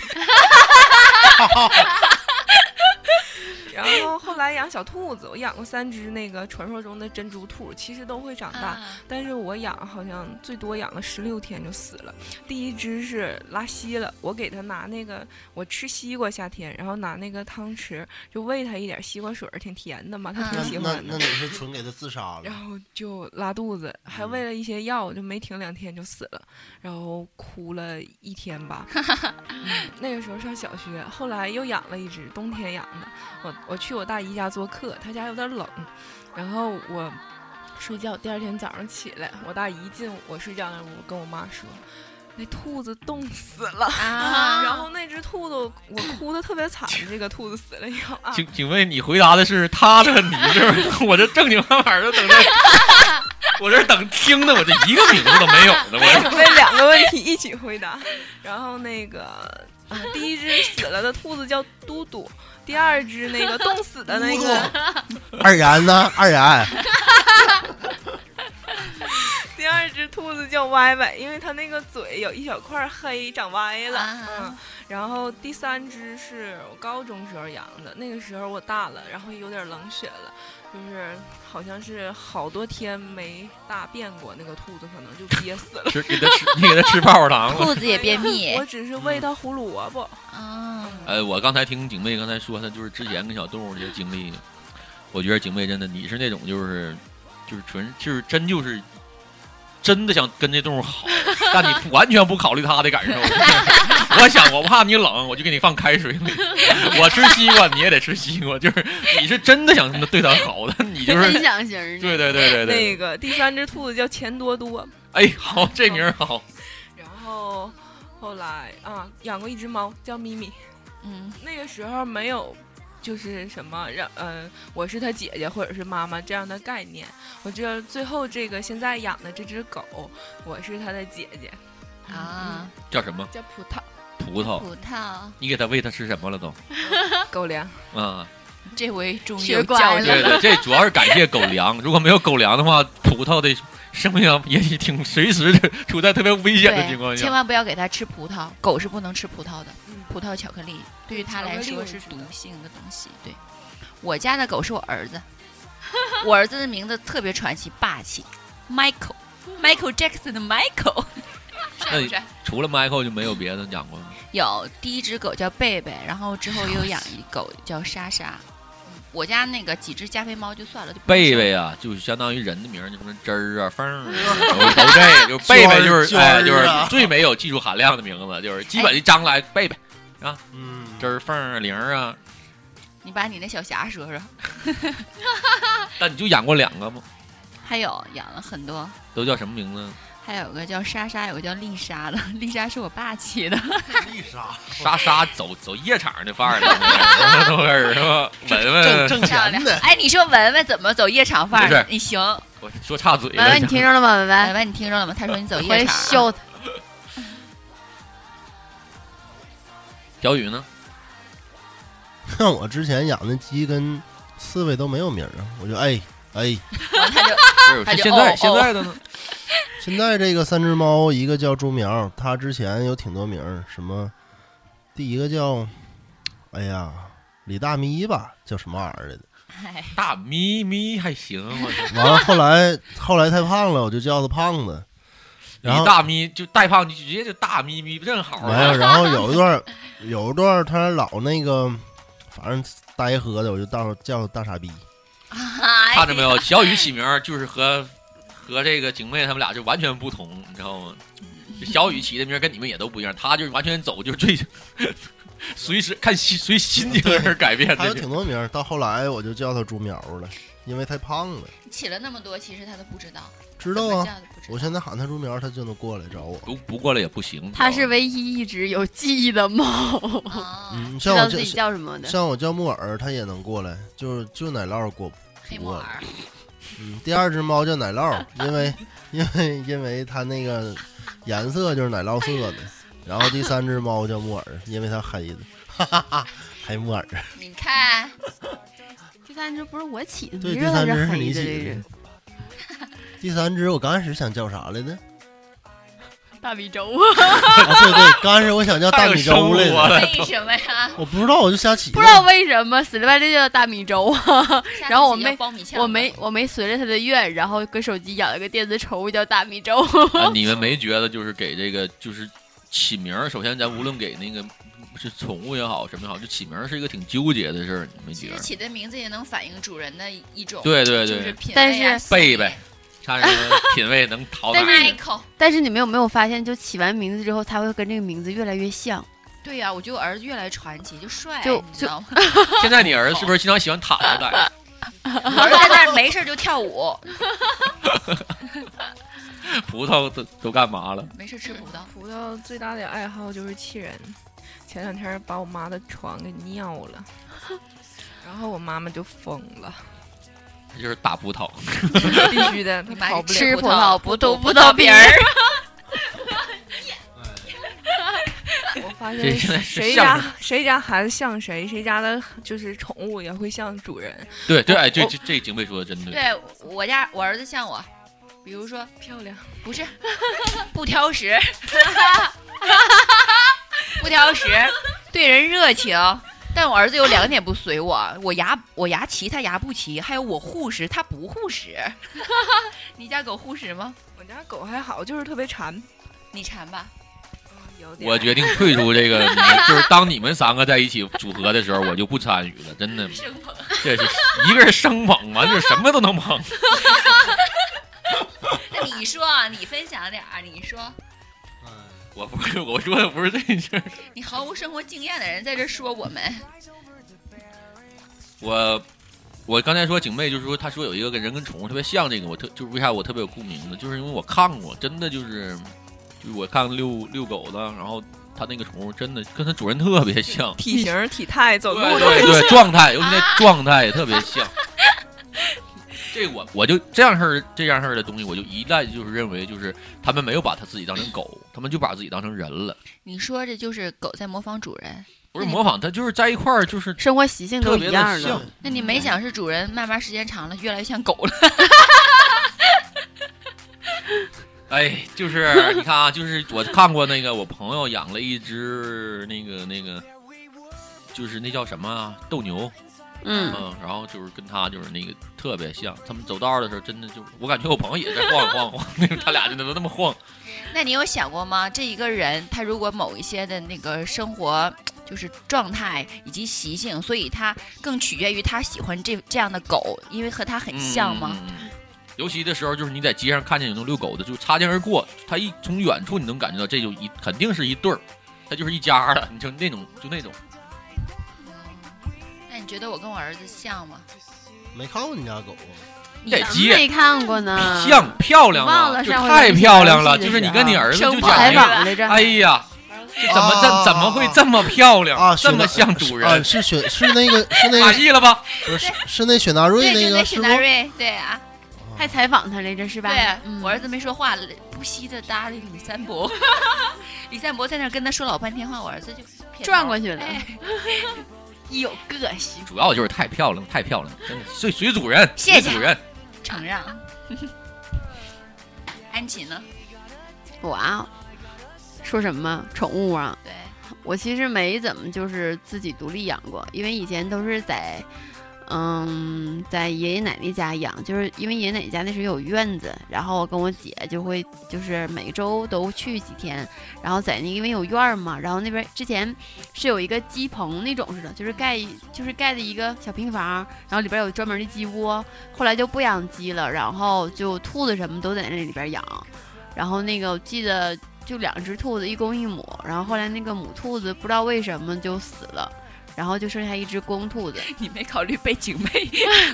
S6: 然后后来养小兔子，我养过三只那个传说中的珍珠兔，其实都会
S7: 啊
S6: 长大，但是我养好像最多养了十六天就死了。第一只是拉稀了，我给它拿那个我吃西瓜夏天，然后拿那个汤匙就喂它一点西瓜水儿，挺甜的嘛，它挺
S7: 嗯
S6: 喜
S2: 那
S6: 欢
S2: 那。
S6: 的
S2: 你是纯给它自杀了
S6: 然？后就拉肚子，还喂了一些药，就没停两天就死了，然后哭了一天吧。嗯那个时候上小学，后来又养了一只，冬天养的。我我去我大姨家做客，她家有点冷，然后我睡觉，第二天早上起来，我大姨进我睡觉那屋，跟我妈说。那兔子冻死了，
S7: 啊
S6: 然后那只兔子我我哭的特别惨，这个兔子死了以后啊，
S1: 请请问你回答的是他的问题是不是？我这正经八百的等 着，我这等听的，我这一个名字都没有呢，我这。。
S6: 准备两个问题一起回答。然后那个，呃，第一只死了的兔子叫嘟嘟，第二只那个冻死的 那个，
S2: 二然呢？二然，
S6: 第二只兔子叫歪歪，因为它那个嘴有一小块黑长歪了。
S7: 啊
S6: 嗯，然后第三只是我高中时候养的，那个时候我大了，然后有点冷血了。就是好像是好多天没大便过，那个兔子可能就憋死了
S1: 吃给他吃，你给他吃泡泡糖了。
S7: 兔 子也便秘
S6: 我只是喂它胡萝卜，
S7: 啊。
S1: 呃，我刚才听景妹刚才说，她就是之前跟小动物这些经历，我觉得景妹真的，你是那种就是就是纯就是真就是真的想跟这动物好，但你完全不考虑它的感受。我想我怕你冷，我就给你放开水里；我吃西瓜，你也得吃西瓜。就是你是真的想对它好的，你就
S5: 分
S1: 是
S5: 享型儿的。
S1: 对对对对
S6: 那
S1: 对。
S6: 个第三只兔子叫钱多多，
S1: 哎，好，这名儿好。
S6: 然后后来啊养过一只猫叫咪咪，
S7: 嗯，
S6: 那个时候没有就是什么让呃我是他姐姐或者是妈妈这样的概念，我知道最后这个现在养的这只狗我是它的姐姐，
S7: 啊，
S1: 叫什么？
S6: 叫葡萄
S1: 葡萄。
S7: 葡萄
S1: 你给它喂它吃什么了都？
S6: 狗粮，
S1: 啊，
S7: 这回终于
S5: 学
S7: 有
S5: 乖
S7: 教
S5: 了
S7: 育
S1: 对
S7: 了。
S1: 对，这主要是感谢狗粮，如果没有狗粮的话，葡萄的生命也许挺随时的处在特别危险的情况
S7: 千
S1: 下。
S7: 万不要给它吃葡萄，狗是不能吃葡萄的。
S6: 嗯
S7: 葡萄巧克力对于它
S6: 巧克
S7: 来
S6: 力
S7: 说
S6: 我
S7: 是
S6: 知
S7: 毒
S6: 道
S7: 性的东西。对，我家的狗是我儿子， 我儿子的名字特别传奇霸气，Michael。Michael Jackson 的 Michael
S1: 那
S7: 帅
S1: 你
S7: 不帅？
S1: 除了 Michael 就没有别的养过吗？
S7: 有第一只狗叫贝贝，然后之后又养一狗叫莎莎。嗯我家那个几只加菲猫就算了，就不用
S1: 贝
S7: 说了
S1: 贝啊，就是相当于人的名儿，就什么汁儿啊、风儿啊，都这，就是贝贝就是
S2: 娟儿
S1: 哎，
S2: 娟
S1: 就
S2: 儿
S1: 是
S2: 啊
S1: 最没有技术含量的名字，就是基本一张来贝贝
S2: 嗯，
S1: 汁儿、凤儿、铃儿啊。
S7: 你把你那小霞说说，
S1: 但你就养过两个吗？
S7: 还有养了很多，
S1: 都叫什么名字？
S7: 还有个叫莎莎，有个叫丽莎的，丽莎是我爸起的。
S2: 丽莎，
S1: 莎莎走走夜场的范 儿了，都是是吧？文
S2: 挣
S1: 文，
S2: 挣
S7: 漂
S2: 钱
S7: 亮
S2: 的，
S7: 哎，你说文文怎么走夜场范
S1: 不是
S7: 儿？你行，
S1: 我说岔嘴
S5: 文
S1: 了
S5: 文，。你听着了吗？文
S7: 文
S5: 文，
S7: 文，你听着了吗？他说你走
S5: 回来
S7: 夜场啊，
S5: 笑他。
S1: 小雨呢？
S2: 像我之前养的鸡跟刺猬都没有名儿啊，我就哎哎，
S7: 然后他就
S1: 不是
S7: 他就
S1: 现在
S7: 哦
S1: 现在的呢？
S2: 现在这个三只猫，一个叫朱苗，它之前有挺多名儿，什么第一个叫，哎呀，李大咪吧，叫什么玩意儿来着？
S7: 哎，
S1: 大咪咪还行，我说
S2: 完了后来后来太胖了，我就叫它胖子。 然后
S1: 一大咪就带胖，就直接就大咪咪，不正好啊
S2: 没有，
S1: 吗？
S2: 然后有一段 儿，有一段儿他老那个，反正呆喝的，我就当叫大傻逼。
S7: 哎
S1: 看着没有，小雨起名儿就是和和这个景妹他们俩就完全不同，你知道吗？小雨起的名儿跟你们也都不一样，他就是完全走就是最随时看心随心情而改变
S2: 他有
S1: 的。
S2: 挺多名儿，到后来我就叫他猪苗了，因为太胖了。
S7: 起了那么多，其实他都不知道，
S2: 知道
S7: 怎么
S2: 啊，
S7: 叫都不知道
S2: 我现在喊他猪苗，他就能过来找我。
S5: 哦
S1: 不不过来也不行，
S5: 它是唯一一只有记忆的猫，
S7: 啊，
S2: 嗯，
S5: 知
S2: 像我
S5: 道
S2: 叫
S5: 自己叫什么的。
S2: 像我叫木耳，它也能过来，就是就奶酪过不。
S7: 黑木耳，
S2: 嗯，第二只猫叫奶 酪，因为因为因为它那个颜色就是奶酪色的。然后第三只猫叫木耳，因为它黑的， 哈哈哈，黑木耳。啊
S7: 你看
S5: 第三只不是我起的，
S2: 对，第
S5: 你知道它
S2: 三只
S5: 黑
S2: 你
S5: 的这
S2: 起
S5: 只
S2: 的。 第三只我刚开始想叫啥来着？
S5: 大米粥，
S2: 啊，对对，刚开始我想叫大
S1: 太有
S2: 米粥来
S1: 生啊活
S2: 着，
S1: 了
S7: 为什么 呀？
S2: 我不知道我就瞎起的。
S5: 不知道为什么死了吧唧就叫大米粥 啊！然后我没
S7: 下次要苞米呛了
S5: 我没我没随着它的愿，然后跟手机养了个电子宠物叫大米粥。
S1: 啊，你们没觉得就是给这个就是起名儿？首先，咱无论给那个是宠物也好，什么也好，就起名儿是一个挺纠结的事儿，你没
S7: 其
S1: 觉
S7: 实
S1: 得？
S7: 起的名字也能反映主人的一种，
S1: 对对
S7: 就是
S1: 对，
S7: 品味啊。
S5: 但是
S7: 思
S1: 贝
S7: 维
S1: 贝，看人品味能淘
S5: 但是
S1: 奶。
S7: ，Michael，
S5: 但是你们有没有发现，就起完名字之后，它会跟这个名字越来越像？
S7: 对呀，我觉得我儿子越来越传奇，就帅，
S5: 就
S7: 你知道吗？
S1: 现在你儿子是不是经常喜欢躺着待？
S7: 我儿子在那儿没事儿就跳舞，
S1: 葡萄都都干嘛了？
S7: 没事儿吃葡萄。
S6: 葡萄最大的爱好就是气人。前两天把我妈的床给尿了， 然后我妈妈就疯了，
S1: 就是打葡萄。
S6: 必须的，她
S7: 你妈
S6: 跑
S7: 是
S5: 吃
S6: 不了。
S7: 葡
S5: 葡
S7: 萄
S5: 萄
S7: 不
S5: 不
S7: 吐
S5: 吐
S7: 葡
S5: 葡
S7: 萄
S5: 萄
S7: 皮
S5: 皮
S7: 儿
S5: 儿。
S6: 我发
S1: 这
S6: 现
S1: 现在是
S6: 谁
S1: 相
S6: 家谁家孩子像谁，谁家的就是宠物也会像主人，
S1: 对对，哎，这
S6: 我
S1: 这这景妹说的真对。
S7: 对我家我儿子像我，比如说
S6: 漂亮。
S7: 不是 不挑食， 不挑食，对人热情。但我儿子有两点不随我，我牙我牙齐，他牙不齐，还有我护食，他不护食。 你家狗护食吗？
S6: 我家狗还好，就是特别馋，
S7: 你馋吧？
S6: 有点
S1: 我决定退出这个， 你们就是当你们三个在一起组合的时候，我就不参与了，真的，
S7: 生猛。
S1: 这是一个人生猛，完就是什么都能猛。
S7: 那你说啊，你分享点儿，你说
S1: 我不是我说的不是这事儿，
S7: 你毫无生活经验的人在这说我们，
S1: 我我刚才说景妹就是说，她说有一个跟人跟宠物特别像这个，我特就是为啥我特别有共鸣呢？就是因为我看过，真的就是就是我看遛遛狗的，然后它那个宠物真的跟它主人特别 像，
S6: 体型、体态、走路
S1: 对
S6: 都
S1: 对对，状态，尤其
S5: 啊
S1: 那状态也特别 像。这我我就这样事儿这样事儿的东西，我就一旦就是认为就是他们没有把他自己当成狗，他们就把自己当成人了。
S7: 你说这就是狗在模仿主人，
S1: 不是模仿，它就是在一块儿，就是
S5: 生活习性都
S1: 特
S5: 哎一
S1: 别
S5: 样
S1: 像。
S7: 那你没想是主人慢慢时间长了，越来越像狗了。
S1: 哎，就是 你看啊，就是我看过那个，我朋友养了一只那个那个，就是那叫什么啊斗牛，
S5: 嗯，
S1: 嗯，然后就是跟他就是那个特别像，他们走道的时候真的就，我感觉我朋友也在晃晃晃，那种他俩真的都那么 晃，
S7: 那你有想过吗？这一个人他如果某一些的那个生活就是状态以及习性，所以他更取决于他喜欢这这样的狗，因为和他很像吗？
S1: 嗯？嗯嗯尤其的时候，就是你在街上看见有那种遛狗的，就擦肩而过，他一从远处你能感觉到，这就一肯定是一对儿，他就是一家了，你就那种就那 种，
S5: 嗯
S7: 那你觉得我跟我儿子像吗？
S2: 没看过你家狗啊？
S1: 你得
S5: 咱
S1: 接
S5: 没看过呢，
S1: 哎像漂亮
S5: 忘
S1: 吗？
S5: 了
S1: 就
S5: 上回
S1: 太
S5: 咱们
S1: 漂
S5: 玩
S1: 亮
S5: 游
S1: 了，
S5: 戏
S1: 就
S5: 的
S1: 是
S5: 时
S1: 你跟你
S5: 候
S1: 儿子
S7: 生
S1: 就
S7: 怕
S1: 讲
S5: 采
S1: 一个，
S5: 访来着，
S1: 哎呀，这怎么
S2: 啊
S1: 这怎么会这么漂亮？
S2: 啊，
S1: 这
S2: 雪
S1: 么
S2: 纳
S1: 像主人？
S2: 啊？是雪是那个是那
S1: 满
S2: 个
S1: 意了吧？
S2: 不是是那雪纳瑞那
S7: 对，就
S2: 个
S7: 那
S2: 是
S7: 雪
S2: 不
S7: 纳？瑞，对啊，
S5: 还采访他来着是吧？
S7: 对啊
S5: 嗯
S7: 我儿子没说话，不惜的搭理李三伯。 李三伯在那儿跟他说老半天话，我儿子就撇头
S5: 转过去了
S7: 哎有个性，
S1: 主要就是太漂亮，太漂亮，真的，随随主人，
S7: 谢谢
S1: 随主人。
S7: 承让。 安琪呢？
S5: 我啊，说什么宠物啊？
S7: 对，
S5: 我其实没怎么就是自己独立养过，因为以前都是在，嗯，在爷爷奶奶家养，就是因为爷爷奶奶家那时候有院子，然后我跟我姐就会就是每周都去几天，然后在那因为有院儿嘛，然后那边之前是有一个鸡棚那种似的，就是盖一就是盖的一个小平房，然后里边有专门的鸡窝，后来就不养鸡了，然后就兔子什么都在那里边养，然后那个我记得就两只兔子，一公一母。然后后来那个母兔子不知道为什么就死了，然后就剩下一只公兔子。
S7: 你没考虑被警卫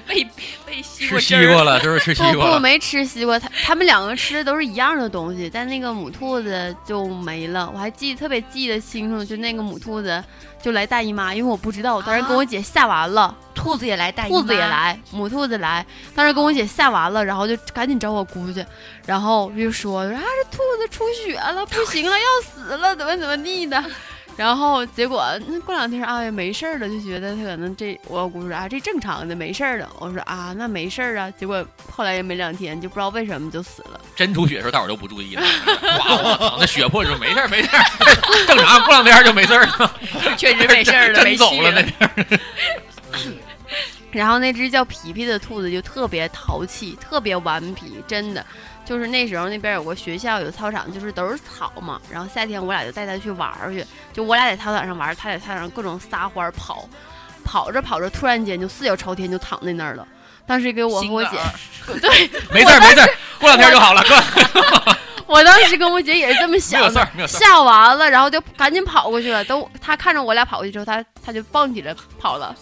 S7: 被被吸
S1: 吃
S7: 过汁
S1: 西
S7: 儿？
S1: 瓜了，是不是吃西
S5: 不
S1: 瓜
S5: 不，
S1: 了？
S5: 没吃西瓜，它它们两个吃的都是一样的东西，但那个母兔子就没了。我还记特别记得清楚，就那个母兔子就来大姨妈，因为我不知道，我当时跟我姐吓完了，
S7: 兔子也来大姨妈，
S5: 兔子也来，母兔子来，当时跟我姐吓完了，然后就赶紧找我姑去，然后就说啊这兔子出血了，不行了，要死了，怎么怎么地的。然后结果那过两天啊也没事儿了，就觉得他可能这我姑说啊这正常的没事儿的，我说啊那没事儿啊，结果后来也没两天就不知道为什么就死了。
S1: 真出血的时候，大伙儿都不注意了，哇，我操，那血破就没事儿，没事儿，正常，过两天就没事儿了，
S7: 确实没事儿了，没
S1: 真
S7: 戏
S1: 走了那。天。
S5: 然后那只叫皮皮的兔子就特别淘气，特别顽皮，真的。就是那时候那边有个学校有操场，就是都是草嘛。然后夏天我俩就带它去玩儿去，就我俩在操场上玩儿，它在操场上各种撒欢儿跑，跑着跑着突然间就四脚朝天就躺在那儿了。当时给我和
S7: 心
S5: 我
S7: 梗
S5: 姐
S7: 儿，
S5: 对
S1: 没事儿，没事儿，过两天就好了，哥，
S5: 我当时跟我姐也是这么
S1: 没
S5: 想
S1: 有
S5: 的
S1: 事，儿，没有 事儿。
S5: 吓完了，然后就赶紧跑过去了。等我他看着我俩跑过去之后，他他就蹦起来跑了，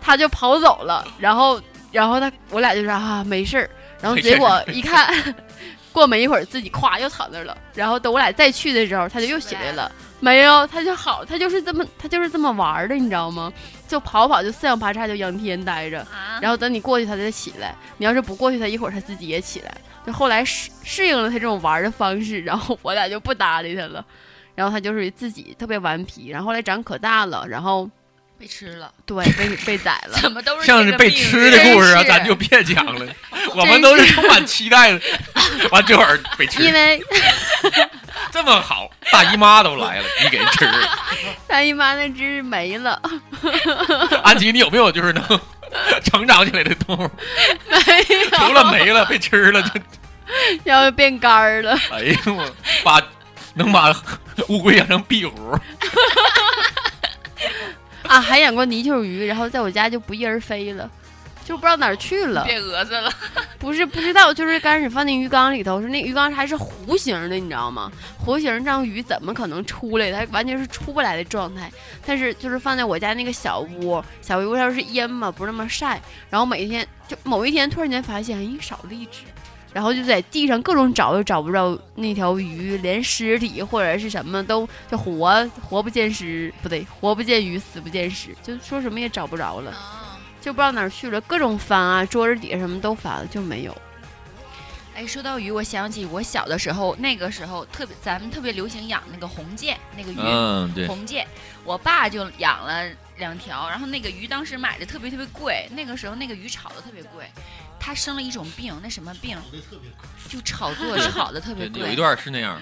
S5: 他就跑走了。然后然后他我俩就说啊没事儿。然后结果一看， 过没一会儿自己咵又躺那儿了。然后等我俩再去的时候，他就又起来了。没有，他就好，他就是这么他就是这么玩儿的，你知道吗？就跑跑就四仰八叉就仰天待着。
S7: 啊，
S5: 然后等你过去，它再起来。你要是不过去，它一会儿它自己也起来。就后来适适应了它这种玩儿的方式，然后我俩就不搭理它了。然后它就是自己特别顽皮，然后后来长可大了，然后
S7: 被吃了，
S5: 对被被宰了。
S7: 怎么都是
S1: 像
S7: 这
S1: 是
S7: 个
S1: 被
S7: 命
S1: 吃的故事啊，
S5: 真是
S1: 咱就别讲 了。我们都是充满期待的， 完这会儿被
S5: 因
S1: 吃，
S5: 为
S1: 这么好，大姨妈都来了，你给人吃。
S5: 大姨妈那只没了，
S1: 安琪，你有没有就是能 成长起来的动物？
S5: 没
S1: 除
S5: 有，
S1: 了没了，被吃了，就
S5: 要是变干儿了。
S1: 哎呦我把能把乌龟养成壁虎，
S5: 啊，还养过泥鳅鱼，然后在我家就不翼而飞了，就不知道哪儿去了。
S7: 别蛾子了。
S5: 不是不知道，就是刚开始放那鱼缸里头，是那鱼缸还是弧形的，你知道吗？弧形让鱼怎么可能出来？它完全是出不来的状态。但是就是放在我家那个小屋，小屋它是阴嘛，不是那么晒。然后每一天就某一天突然间发现，咦，少了一只，然后就在地上各种找，又找不着那条鱼，连尸体或者是什么都就活活不见尸，不对，活不见鱼，死不见尸，就说什么也找不着了。就不知道哪儿去了，各种翻啊，桌子底下什么都翻了，就没有。
S7: 哎，说到鱼，我想起我小的时候，那个时候特别，咱们特别流行养那个红芥，那个鱼。
S1: 嗯，对，
S7: 红芥，我爸就养了两条，然后那个鱼当时买的特别特别贵，那个时候那个鱼炒的特别贵，它生了一种病，那什么病？就炒作炒的特别
S1: 对，有一
S7: 贵，
S1: 段是那样，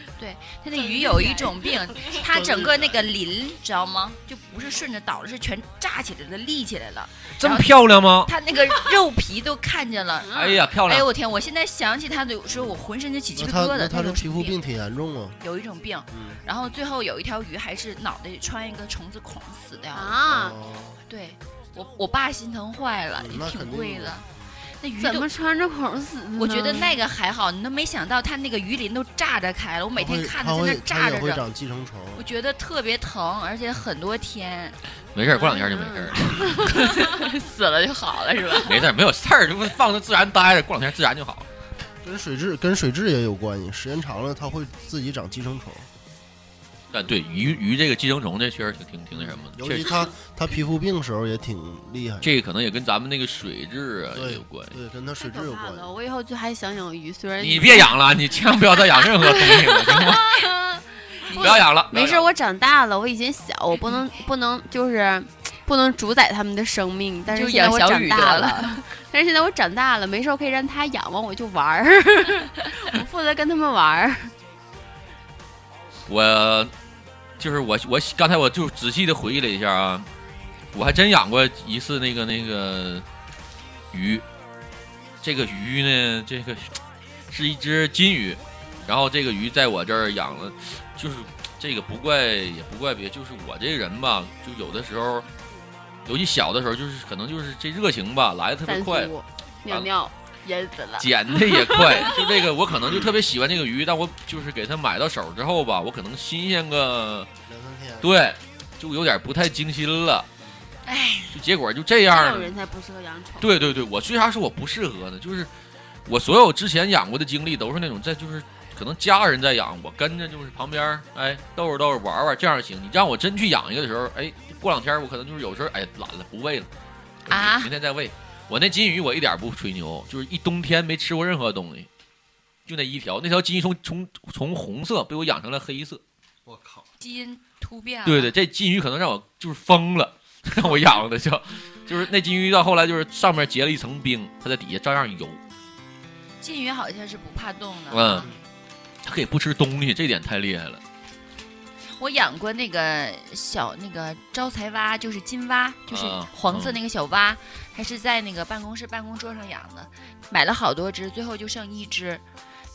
S7: 它那鱼有一种 病，它整个那个鳞知道吗？就不是顺着倒了，是全炸起来了，立起来了，
S1: 这么漂亮吗？
S7: 它那个肉皮都看 见了。
S1: 哎呀，漂
S7: 哎
S1: 亮！
S7: 呦我天！我现在想起它的时候，我浑身就起鸡
S2: 那
S7: 皮
S2: 他
S7: 疙瘩。
S2: 啊那他
S7: 那
S2: 这
S7: 种
S2: 皮肤病
S7: 病
S2: 挺严重啊，
S7: 有一种病，
S2: 嗯，
S7: 然后最后有一条鱼还是脑袋穿一个虫子孔死掉了。
S5: 啊，
S2: 哦
S7: 对我我爸心疼坏了，
S2: 嗯
S7: 也
S2: 那
S7: 挺
S2: 肯定
S7: 贵
S2: 的
S7: 的。那鱼
S5: 怎
S7: 都
S5: 么，穿着孔死的呢？
S7: 我觉得那个还好，你都没想到它那个鱼鳞都炸着开了，我每
S2: 它
S7: 天
S2: 会
S7: 看
S2: 它
S7: 它在
S2: 会
S7: 那炸
S2: 它
S7: 着
S2: 也会
S7: 着，
S2: 长寄生虫，
S7: 我觉得特别疼，而且很 多天
S1: 没事儿，过两天就没事儿了，
S7: 死了就好了，是吧？
S1: 没事儿，没有事儿，就是放着自然待着，过两天自然就好了。
S2: 跟水蛭跟水蛭也有关系，时间长了它会自己长寄生虫，
S1: 但对鱼鱼这个寄生虫，这确实挺挺挺那什么的，
S2: 尤
S1: 确
S2: 其
S1: 实
S2: 它它皮肤病时候也挺厉害的，
S1: 这个可能也跟咱们那个水质啊也有关系。
S2: 对，跟它
S5: 太
S2: 水
S5: 可
S2: 蛭有
S5: 怕
S2: 关
S5: 了，
S2: 系。
S5: 我以后就还想养鱼，虽然
S1: 你别养了，你千万不要再养任何东西了，行 吗？不要养了，
S5: 没
S1: 不
S5: 事，
S1: 要养了
S5: 我长大了，我以前小，我不 能不能就是不能主宰他们的生命，但是
S7: 就
S5: 现在
S7: 养
S5: 我
S7: 小
S5: 长
S7: 雨
S5: 大
S7: 得了
S5: 了， 但是现在我长大了，没事我可以让他养完我就玩儿， 我负责跟他们玩儿。
S1: 我就是我，我刚才我就仔细的回忆了一下啊，我还真养过一次那个那个鱼，这个鱼呢，这个是一只金鱼，然后这个鱼在我这儿养了，就是这个不怪也不怪别，就是我这个人吧，就有的时候，尤其小的时候，就是可能就是这热情吧来的特别
S5: 三
S1: 快，
S5: 叔，
S7: 啊
S5: 妙妙淹死了，
S1: 捡的也快，就这个我可能就特别喜欢这个鱼，但我就是给它买到手之后吧，我可能新鲜个
S2: 两三天，
S1: 对，就有点不太精心了，
S7: 哎，
S1: 就结果就这
S5: 这
S1: 样
S5: 种
S1: 了。
S5: 人才不适合养宠物。
S1: 对对对，我为啥说我不适合呢？就是我所有之前养过的经历都是那种在就是可能家人在养，我跟着就是旁边儿哎逗着逗着玩玩这样行。你让我真去养一个的时候，哎，过两天我可能就是有时候哎懒了不喂了，
S7: 啊
S1: 明天再喂。我那金鱼我一点不吹牛，就是一冬天没吃过任何东西，就那一条，那条金鱼从从从红色被我养成了黑色。
S2: 我靠，
S7: 基因突变了。
S1: 对对，这金鱼可能让我就是疯了，让我养的就就是那金鱼到后来就是上面结了一层冰，它在底下照样游，
S7: 金鱼好像是不怕冻的。
S1: 嗯，它可以不吃东西，这点太厉害了。
S7: 我养过那个小那个招财蛙，就是金蛙，就是
S1: 啊嗯
S7: 黄色那个小蛙，还是在那个办公室办公桌上养的，买了好多只，最后就剩一只，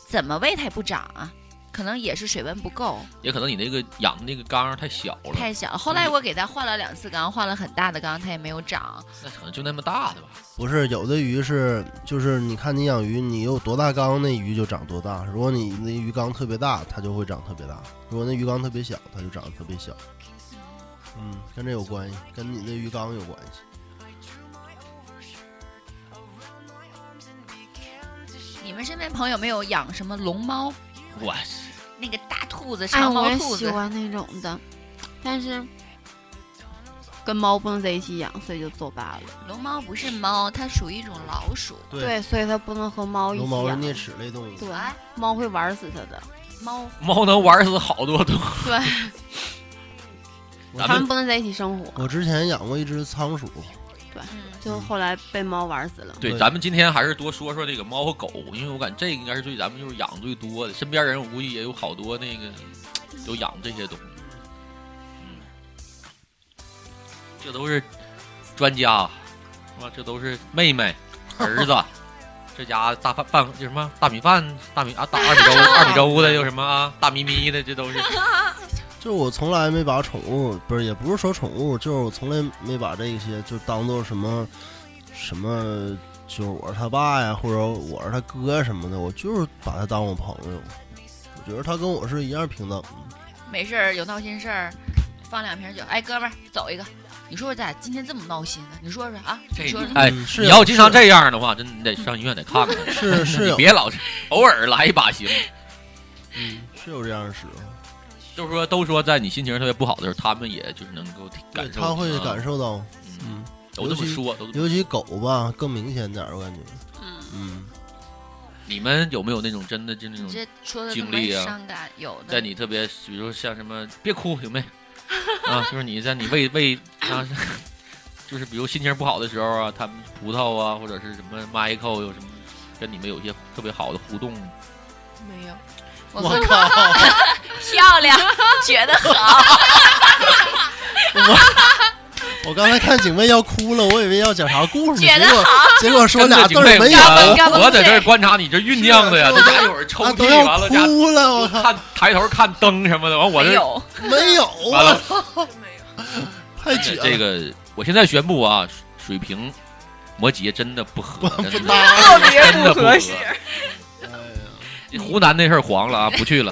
S7: 怎么喂它也不长啊，可能也是水温不够，
S1: 也可能你那个养的那个缸太小了，
S7: 太小。后来我给它换了两次缸，换了很大的缸，它也没有长。
S1: 那可能就那么大的吧。
S2: 不是有的鱼是就是你看你养鱼，你有多大缸，那鱼就长多大。如果你那鱼缸特别大，它就会长特别大；如果那鱼缸特别小，它就长得特别小。嗯，跟这有关系，跟你那鱼缸有关系。
S7: 你们身边朋友没有养什么龙猫，
S1: 我
S7: 那个大兔子、
S5: 哎，
S7: 长
S5: 我
S7: 毛
S5: 也
S7: 兔
S5: 喜
S7: 子？
S5: 欢那种的，但是跟猫不能在一起养，所以就作罢了。
S7: 龙猫不是猫，它属于一种老鼠。
S2: 对
S5: 对，所以它不能和猫一
S2: 龙
S5: 起
S2: 猫是
S5: 养。
S2: 啮齿类动物，
S5: 对，猫会玩死它的。
S7: 猫
S1: 猫能玩死好多东西，
S5: 对，
S2: 我
S1: 咱
S5: 它
S1: 们
S5: 们不能在一起生活，
S2: 我之前养过一只仓鼠，
S7: 嗯，
S5: 就后来被猫玩死了。
S1: 对，
S2: 对
S1: 咱们今天还是多说说这个猫和狗，因为我感觉这个应该是对咱们就是养最多的，身边人我估计也有好多那个有养这些东西。嗯，这都是专家，啊是吧？这都是妹妹、儿子，这家大饭饭就什么大米饭、大米啊大二米粥、二米粥的，又什么啊大咪咪的，这都是。
S2: 就是我从来没把宠物，不是也不是说宠物，就是我从来没把这些就当做什么什么，就是我是他爸呀，或者我是他哥什么的，我就是把他当我朋友。我觉得他跟我是一样平等的。
S7: 没事儿，有闹心事儿，放两瓶酒。哎，哥们儿，走一个。你说说咋今天这么闹心呢？你说说啊，
S1: 这
S7: 你说说。
S1: 哎，
S2: 嗯是
S1: 你
S2: 有
S1: 要经常
S2: 是
S1: 这样的话，真你得上医院得看看，
S2: 是是
S1: 你
S2: 有
S1: 别老是偶尔来一把行。
S2: 嗯是有这样的时候，
S1: 就是说，都说在你心情特别不好的时候，他们也就是能够感
S2: 对
S1: 受，
S2: 他会感
S1: 受，
S2: 受到，
S1: 嗯，
S2: 嗯，
S1: 都这么说，都
S2: 尤其狗吧更明显点儿，我感觉，
S5: 嗯，
S2: 嗯，
S1: 你们有没有那种真的就那
S7: 你
S1: 种
S7: 这说的这
S1: 经
S7: 么
S1: 历啊
S7: 伤感，有的
S1: 在你特别，比如说像什么，别哭，有没？ 啊，就是你在你胃胃啊， 就是比如心情不好的时候啊，他们葡萄啊，或者是什么 Michael 有什么跟你们有一些特别好的互动，
S6: 没有，
S7: 我
S2: 我靠，
S7: 漂亮，觉得好，
S2: 我刚才看警卫要哭了，我以为要讲啥故事，
S7: 觉
S2: 结
S7: 得
S2: 果结果说
S1: 真的
S2: 俩
S1: 警
S2: 字儿
S1: 卫
S2: 没有，
S7: 嘎
S2: 啊
S7: 嘣
S1: 我在这儿
S7: 对
S1: 观察你这酝酿的呀，
S2: 是
S1: 这家一会儿抽
S2: 啊都
S1: 屉完
S2: 要
S1: 了，家
S2: 哭啊了，我靠，
S1: 看抬头看灯什么的，完我
S7: 没
S1: 这
S7: 有，
S2: 没有
S1: 完
S2: 啊
S1: 了，
S6: 没有，
S2: 太绝了，
S1: 这个我现在宣布啊，水瓶摩羯真的不合，真的
S2: 搭理
S1: 真的不合
S7: 适
S2: 哎呀
S1: 湖南那事儿黄了啊，不去了。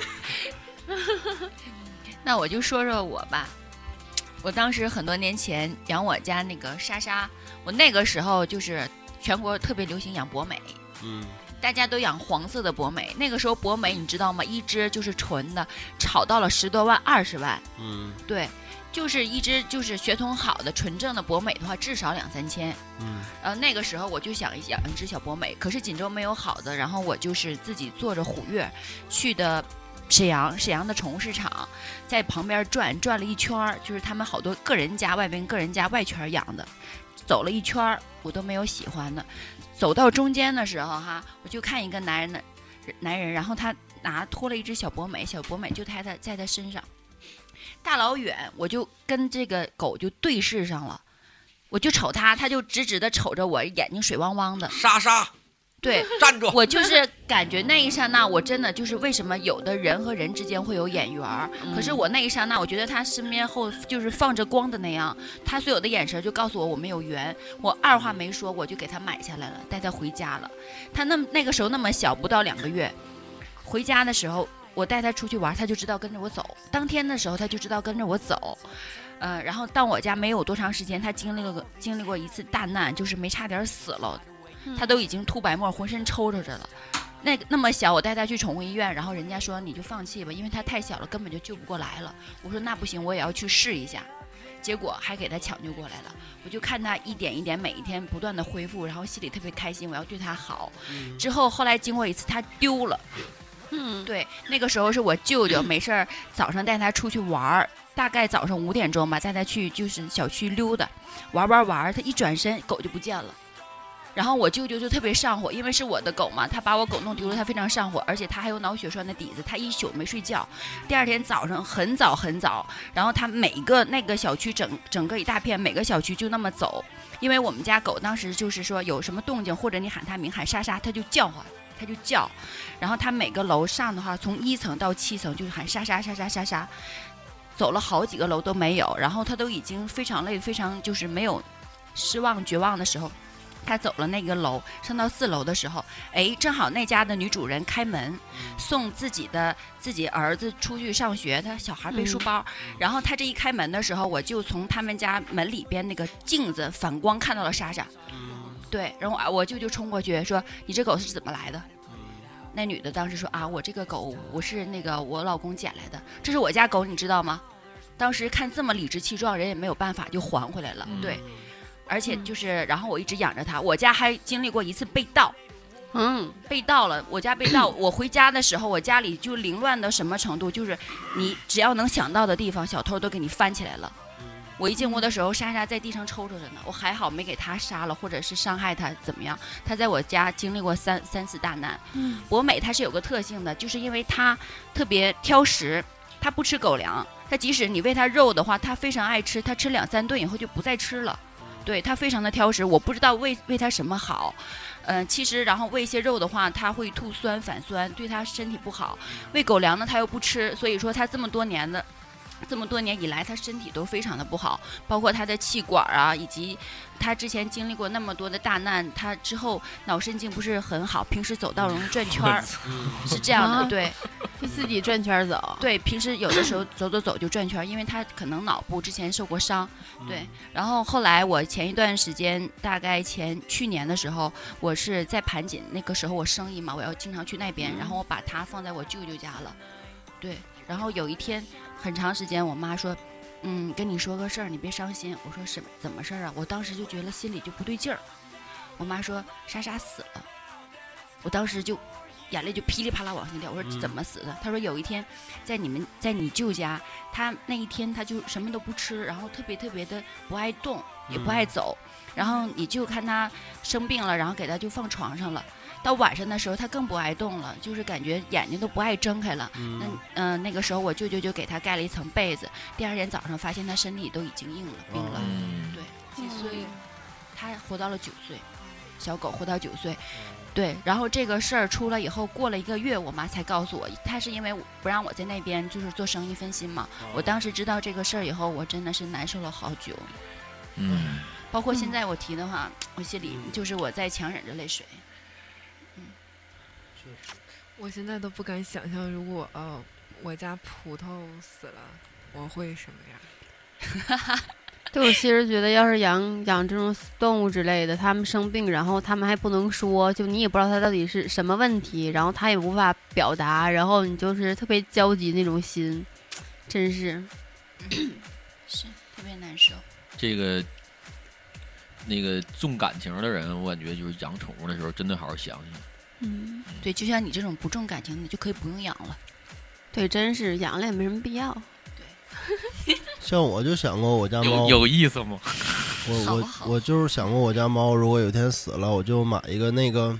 S7: 那我就说说我吧，我当时很多年前养我家那个莎莎，我那个时候就是全国特别流行养博美，
S2: 嗯，
S7: 大家都养黄色的博美。那个时候博美你知道吗？一只就是纯的，炒到了十多万、二十万。
S2: 嗯
S7: 对，就是一只就是血统好的纯正的博美的话，至少两三千。
S2: 嗯
S7: 然呃后那个时候我就想养一只小博美，可是锦州没有好的，然后我就是自己坐着虎跃去的沈阳，沈阳的宠物市场，在旁边转转了一圈儿，就是他们好多个人家外边个人家外圈儿养的，走了一圈儿我都没有喜欢的，走到中间的时候哈，我就看一个男人的男人，然后他拿拖了一只小博美，小博美就在他在他身上，大老远我就跟这个狗就对视上了。我就瞅他，他就直直的瞅着我，眼睛水汪汪的。
S1: 莎莎，
S7: 对
S1: 站住！
S7: 我就是感觉那一刹那，我真的就是为什么有的人和人之间会有眼缘儿，可是我那一刹那，我觉得他身边后就是放着光的那样，他所有的眼神就告诉我我们有缘。我二话没说，我就给他买下来了，带他回家了。他那么那个时候那么小，不到两个月，回家的时候我带他出去玩，他就知道跟着我走。当天的时候他就知道跟着我走。呃，然后到我家没有多长时间，他经历了个经历过一次大难，就是没差点死了，他都已经吐白沫，浑身抽抽着了。那那么小，我带他去宠物医院，然后人家说你就放弃吧，因为他太小了，根本就救不过来了。我说那不行，我也要去试一下。结果还给他抢救过来了，我就看他一点一点，每一天不断的恢复，然后心里特别开心，我要对他好。之后后来经过一次，他丢了，
S5: 嗯，
S7: 对，那个时候是我舅舅没事儿，早上带他出去玩儿，大概早上五点钟吧，带他去就是小区溜达，玩玩玩儿，他一转身狗就不见了。然后我舅舅就特别上火，因为是我的狗嘛，他把我狗弄丢了，他非常上火，而且他还有脑血栓的底子，他一宿没睡觉。第二天早上很早很早，然后他每个那个小区整整个一大片，每个小区就那么走，因为我们家狗当时就是说有什么动静或者你喊它名喊莎莎，它就叫唤，它就叫。然后他每个楼上的话，从一层到七层就是喊沙沙沙沙沙沙，走了好几个楼都没有，然后他都已经非常累，非常就是没有失望绝望的时候，他走了那个楼，上到四楼的时候，哎，正好那家的女主人开门，送自己的自己儿子出去上学，他小孩背书包，然后他这一开门的时候，我就从他们家门里边那个镜子反光看到了莎莎，对，然后我我舅舅冲过去说：“你这狗是怎么来的？”那女的当时说啊，我这个狗我是那个我老公捡来的，这是我家狗，你知道吗？当时看这么理直气壮，人也没有办法，就还回来了。
S1: 嗯
S7: 对，而且就是，然后我一直养着它，我家还经历过一次被盗，
S5: 嗯，
S7: 被盗了，我家被盗。我回家的时候，我家里就凌乱到什么程度，就是你只要能想到的地方，小偷都给你翻起来了。我一进屋的时候，莎莎在地上抽抽着呢，我还好没给她杀了，或者是伤害她怎么样。她在我家经历过三三次大难。
S6: 嗯，
S7: 博美它是有个特性的，就是因为它特别挑食，它不吃狗粮，它即使你喂它肉的话，它非常爱吃，它吃两三顿以后就不再吃了。对它非常的挑食，我不知道喂喂它什么好，嗯、其实然后喂一些肉的话，它会吐酸反酸，对它身体不好。喂狗粮呢，它又不吃，所以说它这么多年的，这么多年以来，它身体都非常的不好，包括它的气管啊，以及它之前经历过那么多的大难，它之后脑神经不是很好，平时走道容易转圈儿，是这样的，
S5: 啊
S7: 对
S5: 就自己转圈儿走，
S7: 对，平时有的时候走走走就转圈儿，因为它可能脑部之前受过伤。对，然后后来我前一段时间，大概前去年的时候，我是在盘锦，那个时候我生意嘛，我要经常去那边，然后我把它放在我舅舅家了，对，然后有一天很长时间，我妈说，嗯，跟你说个事儿，你别伤心。我说什么怎么事儿啊？我当时就觉得心里就不对劲儿。我妈说莎莎死了，我当时就眼泪就噼里啪啦往下掉。我说
S2: 嗯
S7: 怎么死的？他说有一天在你们在你舅家，他那一天他就什么都不吃，然后特别特别的不爱动，也不爱
S2: 嗯
S7: 走。然后你舅看他生病了，然后给他就放床上了。到晚上的时候，他更不爱动了，就是感觉眼睛都不爱睁开了。那
S2: 嗯，
S7: 嗯、那个时候我舅舅就给他盖了一层被子。第二天早上发现他身体都已经硬了，病了。
S1: 嗯，
S7: 对
S6: 几岁？
S5: 嗯
S7: 他活到了九岁，小狗活到九岁。对，然后这个事儿出了以后，过了一个月，我妈才告诉我，她是因为我不让我在那边就是做生意分心嘛。我当时知道这个事儿以后，我真的是难受了好久，
S1: 嗯，
S7: 包括现
S5: 嗯
S7: 在我提的话，我心里
S2: 嗯
S7: 就是我在强忍着泪水。
S6: 我现在都不敢想象，如果呃我家葡萄死了，我会什么样？
S5: 对，我其实觉得，要是养养这种动物之类的，它们生病，然后它们还不能说，就你也不知道它到底是什么问题，然后它也无法表达，然后你就是特别焦急那种心，真是。
S7: 是特别难受。
S1: 这个那个重感情的人，我感觉就是养宠物的时候，真的好好想想。
S5: 嗯，
S7: 对，就像你这种不重感情的，就可以不用养了。
S5: 对，真是养了也没什么必要。
S2: 像我就想过我家猫
S1: 有，有意思吗？
S2: 我
S7: 好
S2: 我
S7: 好
S2: 我就是想过我家猫，如果有一天死了，我就买一个那个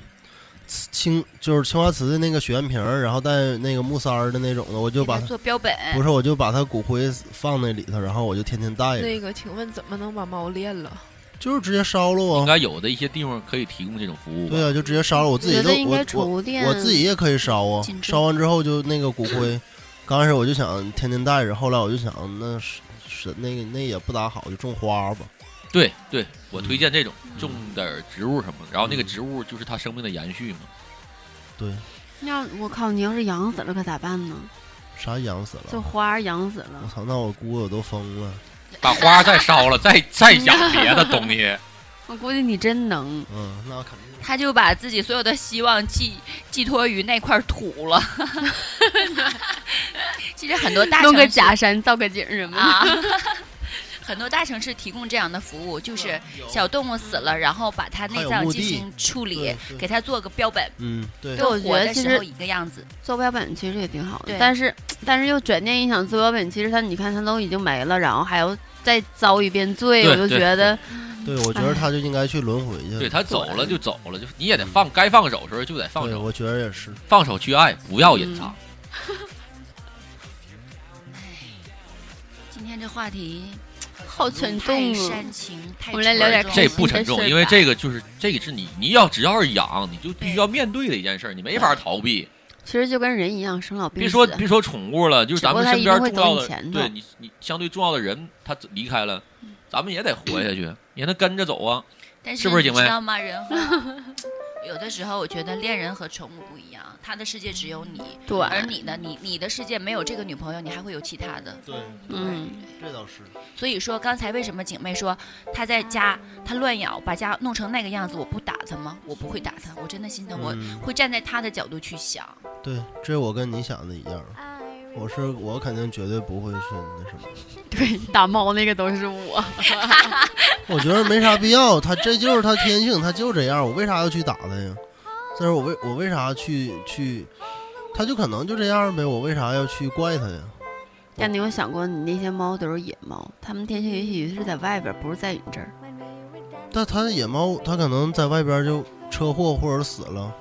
S2: 瓷青，就是青花瓷的那个许愿瓶儿，然后带那个木塞儿的那种的，我就
S7: 给
S2: 把
S7: 它
S2: 它
S7: 做标本，
S2: 不是，我就把它骨灰放那里头，然后我就天天
S1: 哎
S2: 带着，
S6: 那个，请问怎么能把猫练了？
S2: 就是直接烧了
S1: 应
S2: 啊。
S1: 该有的一些地方可以提供这种服务吧
S2: 对。啊，就直接烧了，我自己
S5: 觉
S2: 都
S5: 得应该
S2: 我
S5: 宠物店，
S2: 我我自己也可以烧啊
S7: 进，
S2: 烧完之后就那个骨灰，刚开始我就想天天带着，后来我就想那是是那个那也不咋好，就种花吧。
S1: 对对，我推
S2: 嗯
S1: 荐这种种点儿植物什么的，然后那个植物就是它生命的延续嘛。
S2: 对，
S5: 要我靠，你要是养死了可咋办呢？
S2: 啥养死
S5: 这
S2: 了？
S5: 花儿养死
S2: 我
S5: 了，
S2: 操，那我姑我都疯了。
S1: 把花再烧了，再再养别的东西。
S5: 我估计你真能。
S2: 嗯，那肯定。
S7: 他就把自己所有的希望寄寄托于那块土了。 其实很多大
S5: 弄
S7: 城市
S5: 个假山造个景儿什么的。
S7: 啊， 很多大城市提供这样的服务，就是小动物死了，然后把它内
S2: 嗯还有
S7: 脏
S2: 墓
S7: 进
S2: 地
S7: 行处理
S2: 对，对
S7: 给它做个标本，
S2: 嗯，对
S5: 对，我
S7: 跟
S5: 觉
S7: 活
S5: 得
S7: 的
S5: 其
S7: 时候
S5: 实
S7: 一个样子。
S5: 做标本其实也挺好的
S7: 对，
S5: 但是但是又转念一想，做标本其实它你看它都已经没了，然后还要再遭一遍罪，
S1: 对
S5: 我就
S1: 对
S5: 觉得
S2: 对，我觉得他就应该去轮回去。
S1: 对，它走了就走了，就你也得放，该放手的时候就得放
S2: 对，
S1: 手，
S2: 我觉得也是。
S1: 放手去爱，不要隐藏。
S7: 今天这话题
S5: 好沉重
S7: 太
S5: 啊。
S7: 煽情，太
S5: 我们来聊点
S7: 沉重
S1: 这
S7: 了
S1: 不沉重，
S5: 是
S1: 因为
S5: 吧
S1: 这个就是这个是你你要只要是养，你就必须要面对的一件事儿，你没法逃避。
S5: 其实就跟人一样，生老病
S1: 别
S5: 死。
S1: 说别说宠物了，就是咱们身边
S5: 只不过它一
S1: 重
S5: 定会
S1: 要
S5: 走
S1: 的
S5: 你前，头
S1: 对你你相对重要的人他走离开了，
S5: 嗯
S1: 咱们也得活下去，你让他跟着走啊。
S7: 但
S1: 是不是
S7: 你
S1: 警卫
S7: 知道吗？人和 有的时候，我觉得恋人和宠物不一样，他的世界只有你，
S5: 对，
S7: 而你呢，你你的世界没有这个女朋友，你还会有其他的。
S2: 对，
S5: 嗯，
S2: 这倒是。
S7: 所以说，刚才为什么景妹说她在家她乱咬，把家弄成那个样子，我不打她吗？我不会打她，我真的心疼，我
S2: 嗯
S7: 会站在她的角度去想。
S2: 对，这我跟你想的一样。我是我肯定绝对不会去那什么，
S5: 对 打猫那个都是我。
S2: 我觉得没啥必要。他这就是他天性，他就这样。我为啥要去打他呀？这是我为我为啥去去？他就可能就这样呗。我为啥要去怪他呀？
S5: 但你有想过，你那些猫都是野猫，它们天性也许是在外边，不是在你这儿。
S2: 但他的野猫，他可能在外边就车祸或者死了。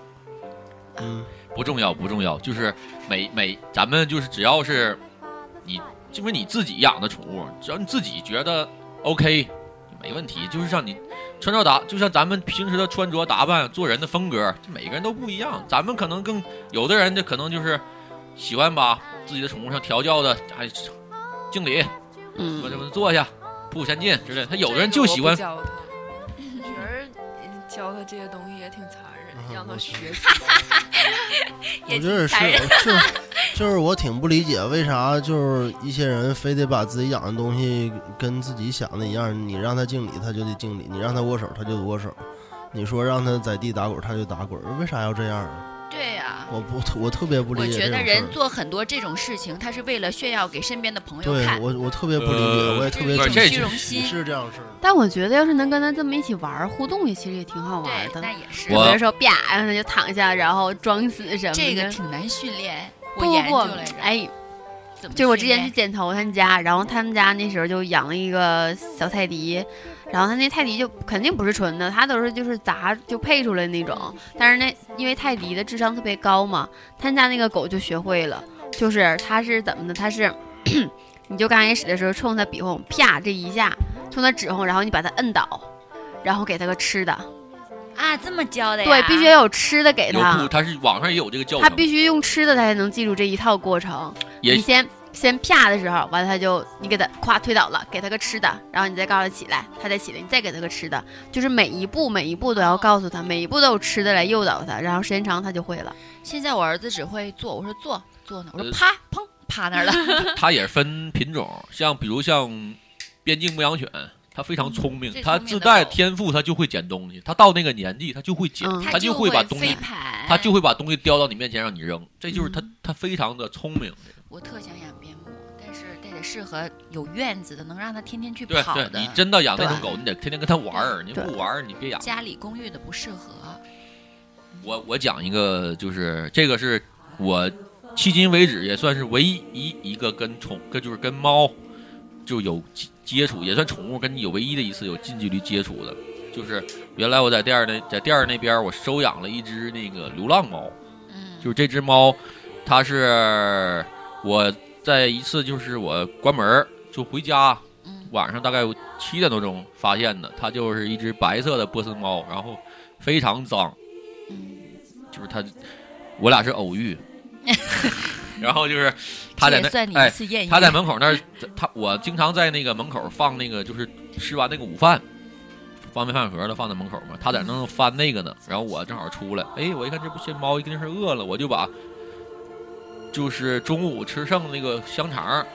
S2: 嗯，
S1: 不重要，不重要，就是每每咱们就是只要是你，就是你自己养的宠物，只要你自己觉得 OK，没问题。就是像你穿着打，就像咱们平时的穿着打扮、做人的风格，这每个人都不一样。咱们可能更有的人就可能就是喜欢把自己的宠物上调教的，哎，敬礼，什
S5: 嗯
S1: 么，什么坐下，步前进之类的。他有的人
S6: 这
S1: 就
S6: 个
S1: 喜
S6: 我不
S1: 欢，
S6: 教他， 觉得教他这些东西也挺残忍
S1: 啊
S2: 嗯，
S6: 让他
S2: 我
S6: 学习。
S2: 我
S7: 也
S2: 觉得也是，
S7: 挺残忍。
S2: 我就是就是我挺不理解为啥就是一些人非得把自己养的东西跟自己想的一样，你让他敬礼他就得敬礼，你让他握手他就得握手，你说让他在地打滚他就打滚，为啥要这样啊？
S7: 对呀、
S2: 我不，我特别不
S7: 我
S2: 理解
S7: 觉
S2: 这
S7: 得
S2: 种
S7: 人
S2: 事儿。
S7: 做很多这种事情，他是为了炫耀给身边的朋友
S2: 对
S7: 看，
S2: 我，我特别不理解，
S1: 呃
S2: 我也特别
S1: 不是
S2: 不
S1: 这
S2: 理
S7: 虚
S2: 解
S7: 荣
S2: 你
S7: 心。
S2: 是这样式的。
S5: 但我觉得要是能跟他这么一起玩儿互动，也其实也挺好玩儿
S7: 对，
S5: 的。
S7: 那也是。
S5: 比
S1: 我
S5: 如说啪，让他就躺下，然后装死什么的。
S7: 这个挺难训练，我
S5: 嗯不
S7: 研究
S5: 不
S7: 来
S5: 不，
S7: 着。
S5: 哎，
S7: 怎么
S5: 就是我之
S7: 训
S5: 前
S7: 练
S5: 去剪头他们家，然后他们家那时候就养了一个小泰迪，然后他那泰迪就肯定不是纯的，他都是就是杂就配出来那种。但是那因为泰迪的智商特别高嘛，他们家那个狗就学会了，就是它是怎么的，它是 你就刚开始的时候冲它比划，啪这一下，冲它指哄，然后你把它摁倒，然后给它个吃的，
S7: 啊，这么教的呀？
S5: 对，必须要有吃的给
S1: 有不，
S5: 它，
S1: 它是网上也有这个教
S5: 它
S1: 程，
S5: 必须用吃的，它才能记住这一套过程。
S1: 也
S5: 你先先啪的时候，完了他就你给他夸推倒了，给他个吃的，然后你再告诉他起来，他再起来，你再给他个吃的，就是每一步每一步都要告诉他，每一步都有吃的来诱导他，然后时间长他就会了。
S7: 现在我儿子只会坐，我说坐坐那儿，我说
S1: 呃
S7: 啪砰趴 那儿了。
S1: 它也分品种，像比如像边境牧羊犬，它非常聪明
S7: 嗯最，聪
S1: 它
S7: 明
S1: 自
S7: 的
S1: 带
S7: 狗
S1: 天赋，它就会捡东西。它到那个年纪，它就会捡
S5: 嗯，
S1: 它就会把东
S7: 飞
S1: 西，
S7: 盘，
S1: 它就会把东西叼到你面前让你扔。这就是它
S7: 嗯，
S1: 它非常的聪明。
S7: 我特想养边牧，但是得得适合有院子的，能让它天天去
S1: 对
S7: 跑
S1: 对
S7: 的，。
S1: 你真的养那种
S5: 对
S1: 狗，你得天天跟它玩儿，你
S5: 对
S1: 不玩儿你别养。
S7: 家里公寓的不适合。
S1: 我我讲一个，就是这个是我迄今为止也算是唯一一一个跟宠，跟就是跟猫就有接接触，也算宠物，跟你有唯一的一次有近距离接触的，就是原来我在店儿那在店儿那边儿我收养了一只那个流浪猫，
S7: 嗯，
S1: 就是这只猫，它是我在一次就是我关门儿就回家，
S7: 嗯
S1: 晚上大概七点多钟发现的，它就是一只白色的波斯猫，然后非常脏。
S7: 嗯，
S1: 就是他，我俩是偶 遇，然后就是他在
S7: 这也算你
S1: 那
S7: 一
S1: 哎，
S7: 次艳遇。
S1: 他在门口那儿，他我经常在那个门口放那个就是吃完那个午饭，方便饭盒的放在门口嘛，他在那儿翻那个呢，然后我正好出来，哎，我一看这不这猫一定是饿了，我就把就是中午吃剩那个香肠儿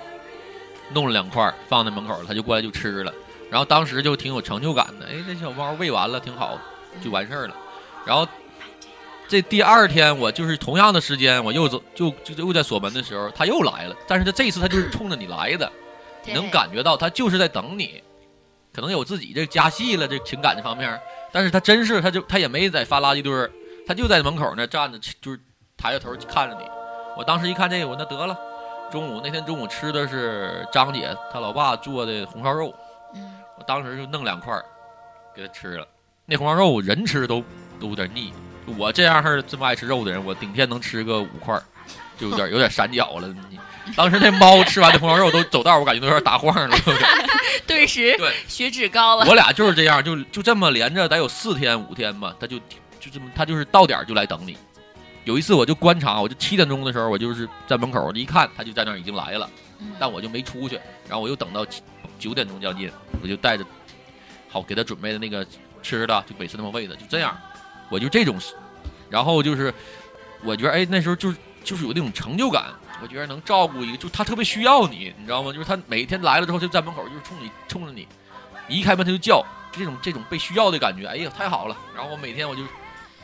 S1: 弄了两块儿放在门口，他就过来就吃了，然后当时就挺有成就感的，哎，这小猫喂完了挺好，就完事儿了，然后。这第二天，我就是同样的时间，我又走，就就就又在锁门的时候，他又来了。但是他这一次，他就是冲着你来的，你
S7: 对
S1: 能感觉到他就是在等你。可能有自己这加戏了，这情感这方面儿，但是他真是，他就他也没在翻垃圾堆儿，他就在门口那站着，就是抬着头看着你。我当时一看这个，我那得了，中午那天中午吃的是张姐她老爸做的红烧肉，
S7: 嗯
S1: 我当时就弄两块儿给他吃了。那红烧肉我人吃都都有点腻，我这样式儿这么爱吃肉的人，我顶天能吃个五块儿，就有点有点闪脚了。你 当时那猫吃完那红烧肉都走道儿，我感觉都有点打晃了。有点
S7: 顿时
S1: 对
S7: 血脂高了。
S1: 我俩就是这样，就就这么连着得有四天五天吧，他就就这么他就是到点儿就来等你。有一次我就观察，我就七点钟的时候，我就是在门口，我一看他就在那儿已经来了。
S7: 嗯
S1: 但我就没出去，然后我又等到七九点钟将近，我就带着好给他准备的那个吃的，就每次那么喂的，就这样，我就这种，然后就是我觉得哎那时候就是就是有那种成就感，我觉得能照顾一个，就他特别需要你，你知道吗？就是他每天来了之后就在门口就是冲你冲着你，你一开门他就叫，这种这种被需要的感觉，哎呀太好了。然后我每天我就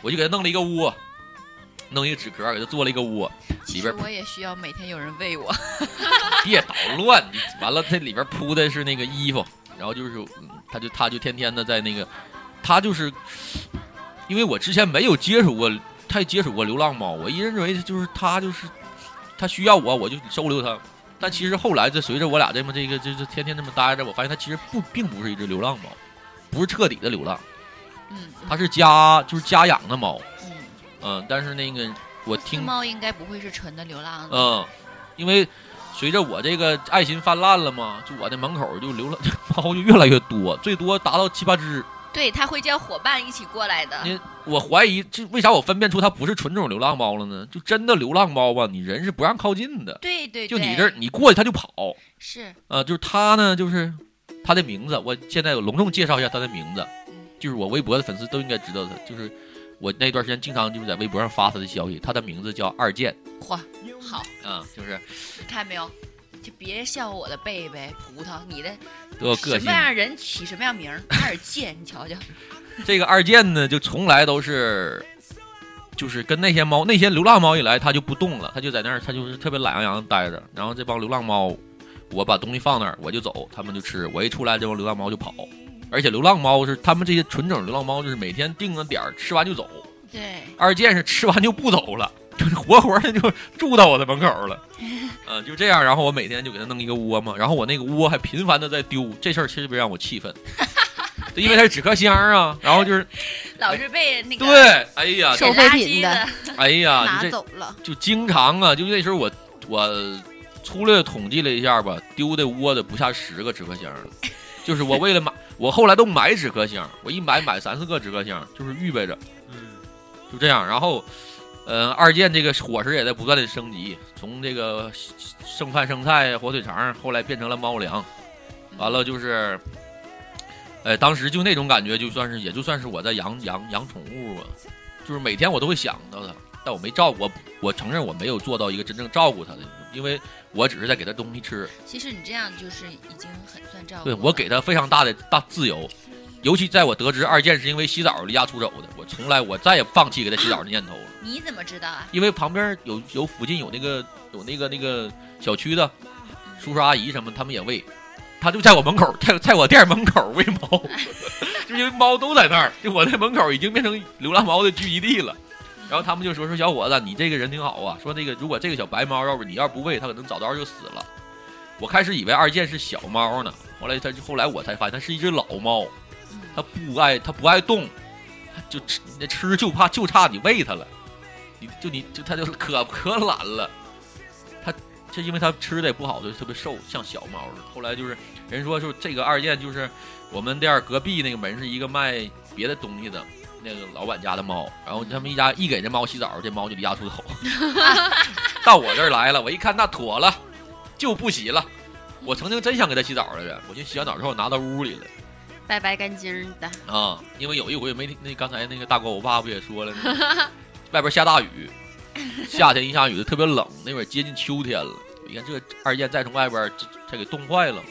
S1: 我就给他弄了一个窝，弄一个纸壳给他做了一个窝，
S7: 其
S1: 里
S7: 实
S1: 边
S7: 我也需要每天有人 喂我。
S1: 别捣乱！你完了，这里边铺的是那个衣服，然后就是，嗯他就他就天天的在那个，他就是，因为我之前没有接触过，太接触过流浪猫，我一直认为就是他就是他需要我，我就收留他。但其实后来这随着我俩这么这个就是天天这么待着，我发现它其实不并不是一只流浪猫，不是彻底的流浪，
S7: 嗯，
S1: 它是家就是家养的猫。
S7: 嗯，
S1: 嗯，但是那个我
S7: 这
S1: 听
S7: 猫应该不会是纯的流浪的。
S1: 嗯，因为随着我这个爱心泛滥了嘛，就我这门口就流浪 猫就越来越多，最多达到七八只。
S7: 对，它会叫伙伴一起过来的。
S1: 你我怀疑这为啥我分辨出它不是纯种流浪猫了呢？就真的流浪猫吧，你人是不让靠近的，
S7: 对对对，
S1: 就你这儿你过去它就跑。
S7: 是
S1: 呃，就是它呢，就是它的名字，我现在我隆重介绍一下它的名字，就是我微博的粉丝都应该知道它，就是。我那段时间经常就是在微博上发它的消息，它的名字叫二健，
S7: 嚯，好，
S1: 啊、就是
S7: 你看没有？就别笑我的贝贝葡萄，你的
S1: 多有个
S7: 什
S1: 性
S7: 么。样人起什么样名儿，二贱，你瞧瞧，
S1: 这个二健呢，就从来都是就是跟那些猫，那些流浪猫一来，它就不动了，它就在那儿，它就是特别懒洋洋地待着。然后这帮流浪猫，我把东西放那儿，我就走，它们就吃。我一出来，这帮流浪猫就跑。而且流浪猫是它们这些纯种流浪猫，就是每天定个点儿吃完就走。
S7: 对，
S1: 二贱是吃完就不走了，就是活活的就住到我的门口了，啊，就这样。然后我每天就给它弄一个窝嘛，然后我那个窝还频繁的在丢，这事儿特别让我气愤，就因为它是纸壳箱啊，然后就是
S7: 老是被那个
S1: 对，哎呀，
S5: 收废
S7: 垃
S5: 品
S7: 圾
S5: 的
S7: 的，
S1: 哎呀，
S5: 拿
S1: 你这
S5: 走了，
S1: 就经常啊，就那时候我我粗略统计了一下吧，丢的窝的不下十个纸壳箱 了。就是我为了买，我后来都买纸壳箱，我一买买三四个纸壳箱，就是预备着。
S2: 嗯，
S1: 就这样。然后，呃，二建这个伙食也在不断的升级，从这个剩饭剩菜、火腿肠，后来变成了猫粮。
S7: 嗯
S1: 完了就是，呃，当时就那种感觉，就算是也就算是我在养养养宠物吧，就是每天我都会想到它，但我没照顾，我我承认我没有做到一个真正照顾它的，因为我只是在给它东西吃，
S7: 其实你这样就是已经很算照顾。
S1: 对我给，他非常大的大自由，尤其在我得知二建是因为洗澡离家出走的，我从来我再也放弃给他洗澡的念头了。
S7: 你怎么知道啊？
S1: 因为旁边有有附近有那个有那个那个小区的叔叔阿姨什么，他们也喂，他就在我门口，在在我店门口喂猫， 就是因为猫都在那儿，就我在门口已经变成流浪猫的聚集地了。然后他们就说说小伙子，你这个人挺好啊，说那个如果这个小白猫要是你要不喂，它可能早早就死了。我开始以为二健是小猫呢，后来它就后来我才发现它是一只老猫，它不爱它不爱动，就吃那吃就怕就差你喂它了，你就你就它就可可懒了，它就因为它吃的也不好，就特别瘦，像小猫似的。后来就是人说就是这个二健就是我们店儿隔壁那个门是一个卖别的东西的。那个老板家的猫，然后他们一家一给这猫洗澡，这猫就离家出走， 到我这儿来了。我一看那妥了，就不洗了。我曾经真想给它洗澡来着，我就洗完澡之后拿到屋里了。
S5: 拜拜干净儿的，
S1: 啊，因为有一回没那刚才那个大哥我爸不也说了吗？外边下大雨，夏天一下雨就特别冷，那会儿接近秋天了。你看这二燕再从外边这这给冻坏了，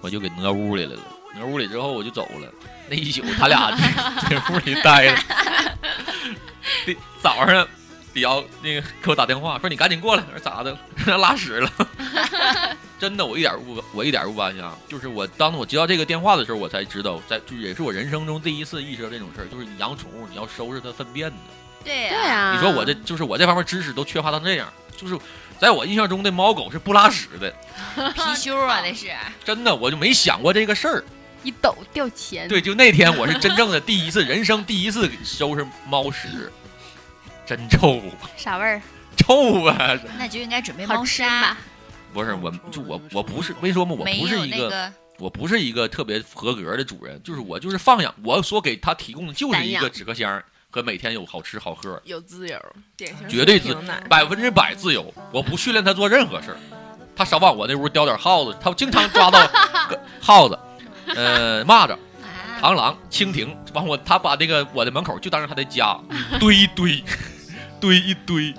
S1: 我就给挪屋里来了。挪屋里之后我就走了，那一宿他俩 在屋里待着。第早上，李瑶那个给我打电话说你赶紧过来，我说咋的？ 拉屎了。真的，我一点儿不，我一点儿不搬家。就是我当我接到这个电话的时候，我才知道，在就也是我人生中第一次意识到这种事儿，就是你养宠物，你要收拾它粪便的。
S7: 对
S5: 对
S7: 呀，
S5: 啊，
S1: 你说我这就是我这方面知识都缺乏到这样，就是在我印象中的猫狗是不拉屎的，
S7: 貔貅啊，那 是。
S1: 真的我就没想过这个事
S7: 嗯
S1: 儿。
S5: 一抖掉钱，
S1: 对，就那天我是真正的第一次，人生第一次收拾猫屎，真臭，
S5: 啥味儿？
S1: 臭啊！
S7: 那就应该准备
S5: 好
S7: 猫
S5: 吃
S7: 砂
S5: 吗，？
S1: 不是我，就我我不是没说嘛，我
S7: 没
S1: 不是
S7: 有
S1: 一
S7: 那
S1: 个。我不是一个特别合格的主人，就是我就是放养，我所给他提供的就是一
S5: 散
S1: 个
S5: 养
S1: 纸壳箱和每天有好吃好喝，
S6: 有自由，典型
S1: 啊绝对自
S6: 水瓶男
S1: 百分之百自由。我不训练他做任何事儿，他少往我那屋叼点耗子，他经常抓到 个耗子、呃蚂蚱、
S7: 啊，
S1: 螳螂、蜻蜓，往我他把那个我的门口就当成他的 家，堆一堆，堆一堆。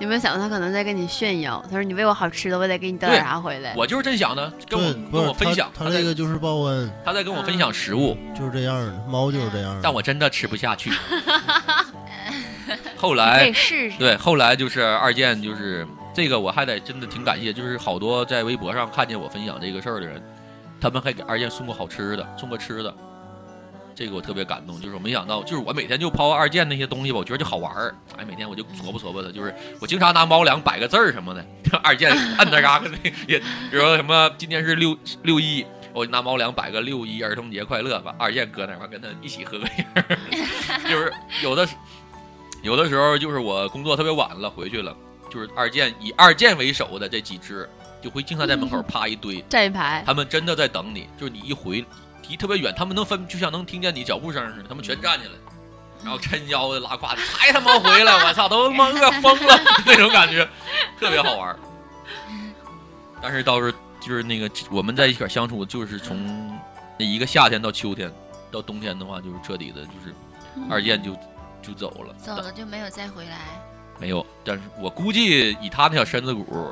S5: 有没有想到他可能在跟你炫耀？他说你喂我好吃的，我得给你带
S1: 对
S5: 点啥回来。
S1: 我就是真想呢，跟我
S2: 对，不
S1: 跟
S2: 是
S1: 我分享，他
S2: 他他这
S1: 在
S2: 个就是报恩，
S1: 他在跟我分享食物，
S5: 嗯
S2: 就是这样的，猫就是这样的。
S1: 但我真的吃不 下去。后
S5: 你
S1: 来
S5: 可以试试。
S1: 对，后来就是二建，就是这个我还得真的挺感谢，就是好多在微博上看见我分享这个事儿的人，他们还给二建送过好吃的，送过吃的，这个我特别感动。就是我没想到，就是我每天就抛二建那些东西吧，我觉得就好玩儿，哎，每天我就琢磨琢磨它，就是我经常拿猫粮摆个字儿什么的，二建摁那嘎个那也，比如说什么今天是六六一。我就拿猫粮摆个六一儿童节快乐，把二建搁那块儿跟他一起合个 影儿，就是有的有的时候就是我工作特别晚了回去了，就是二建以二建为首的这几只，就会经常在门口趴一堆，
S5: 站一排，
S1: 他们真的在等你，就是你一回离特别远，他们能分就像能听见你脚步声似的，他们全站起来，然后抻腰的拉胯，还他妈回来，我操，都他妈饿疯了 那种感觉，特别好玩儿。但是倒是就是那个我们在一块儿相处，就是从那一个夏天到秋天到冬天的话，就是彻底的，就是 二建就就走了，
S7: 走了就没有再回来。
S1: 没有，但是我估计以他那小身子骨，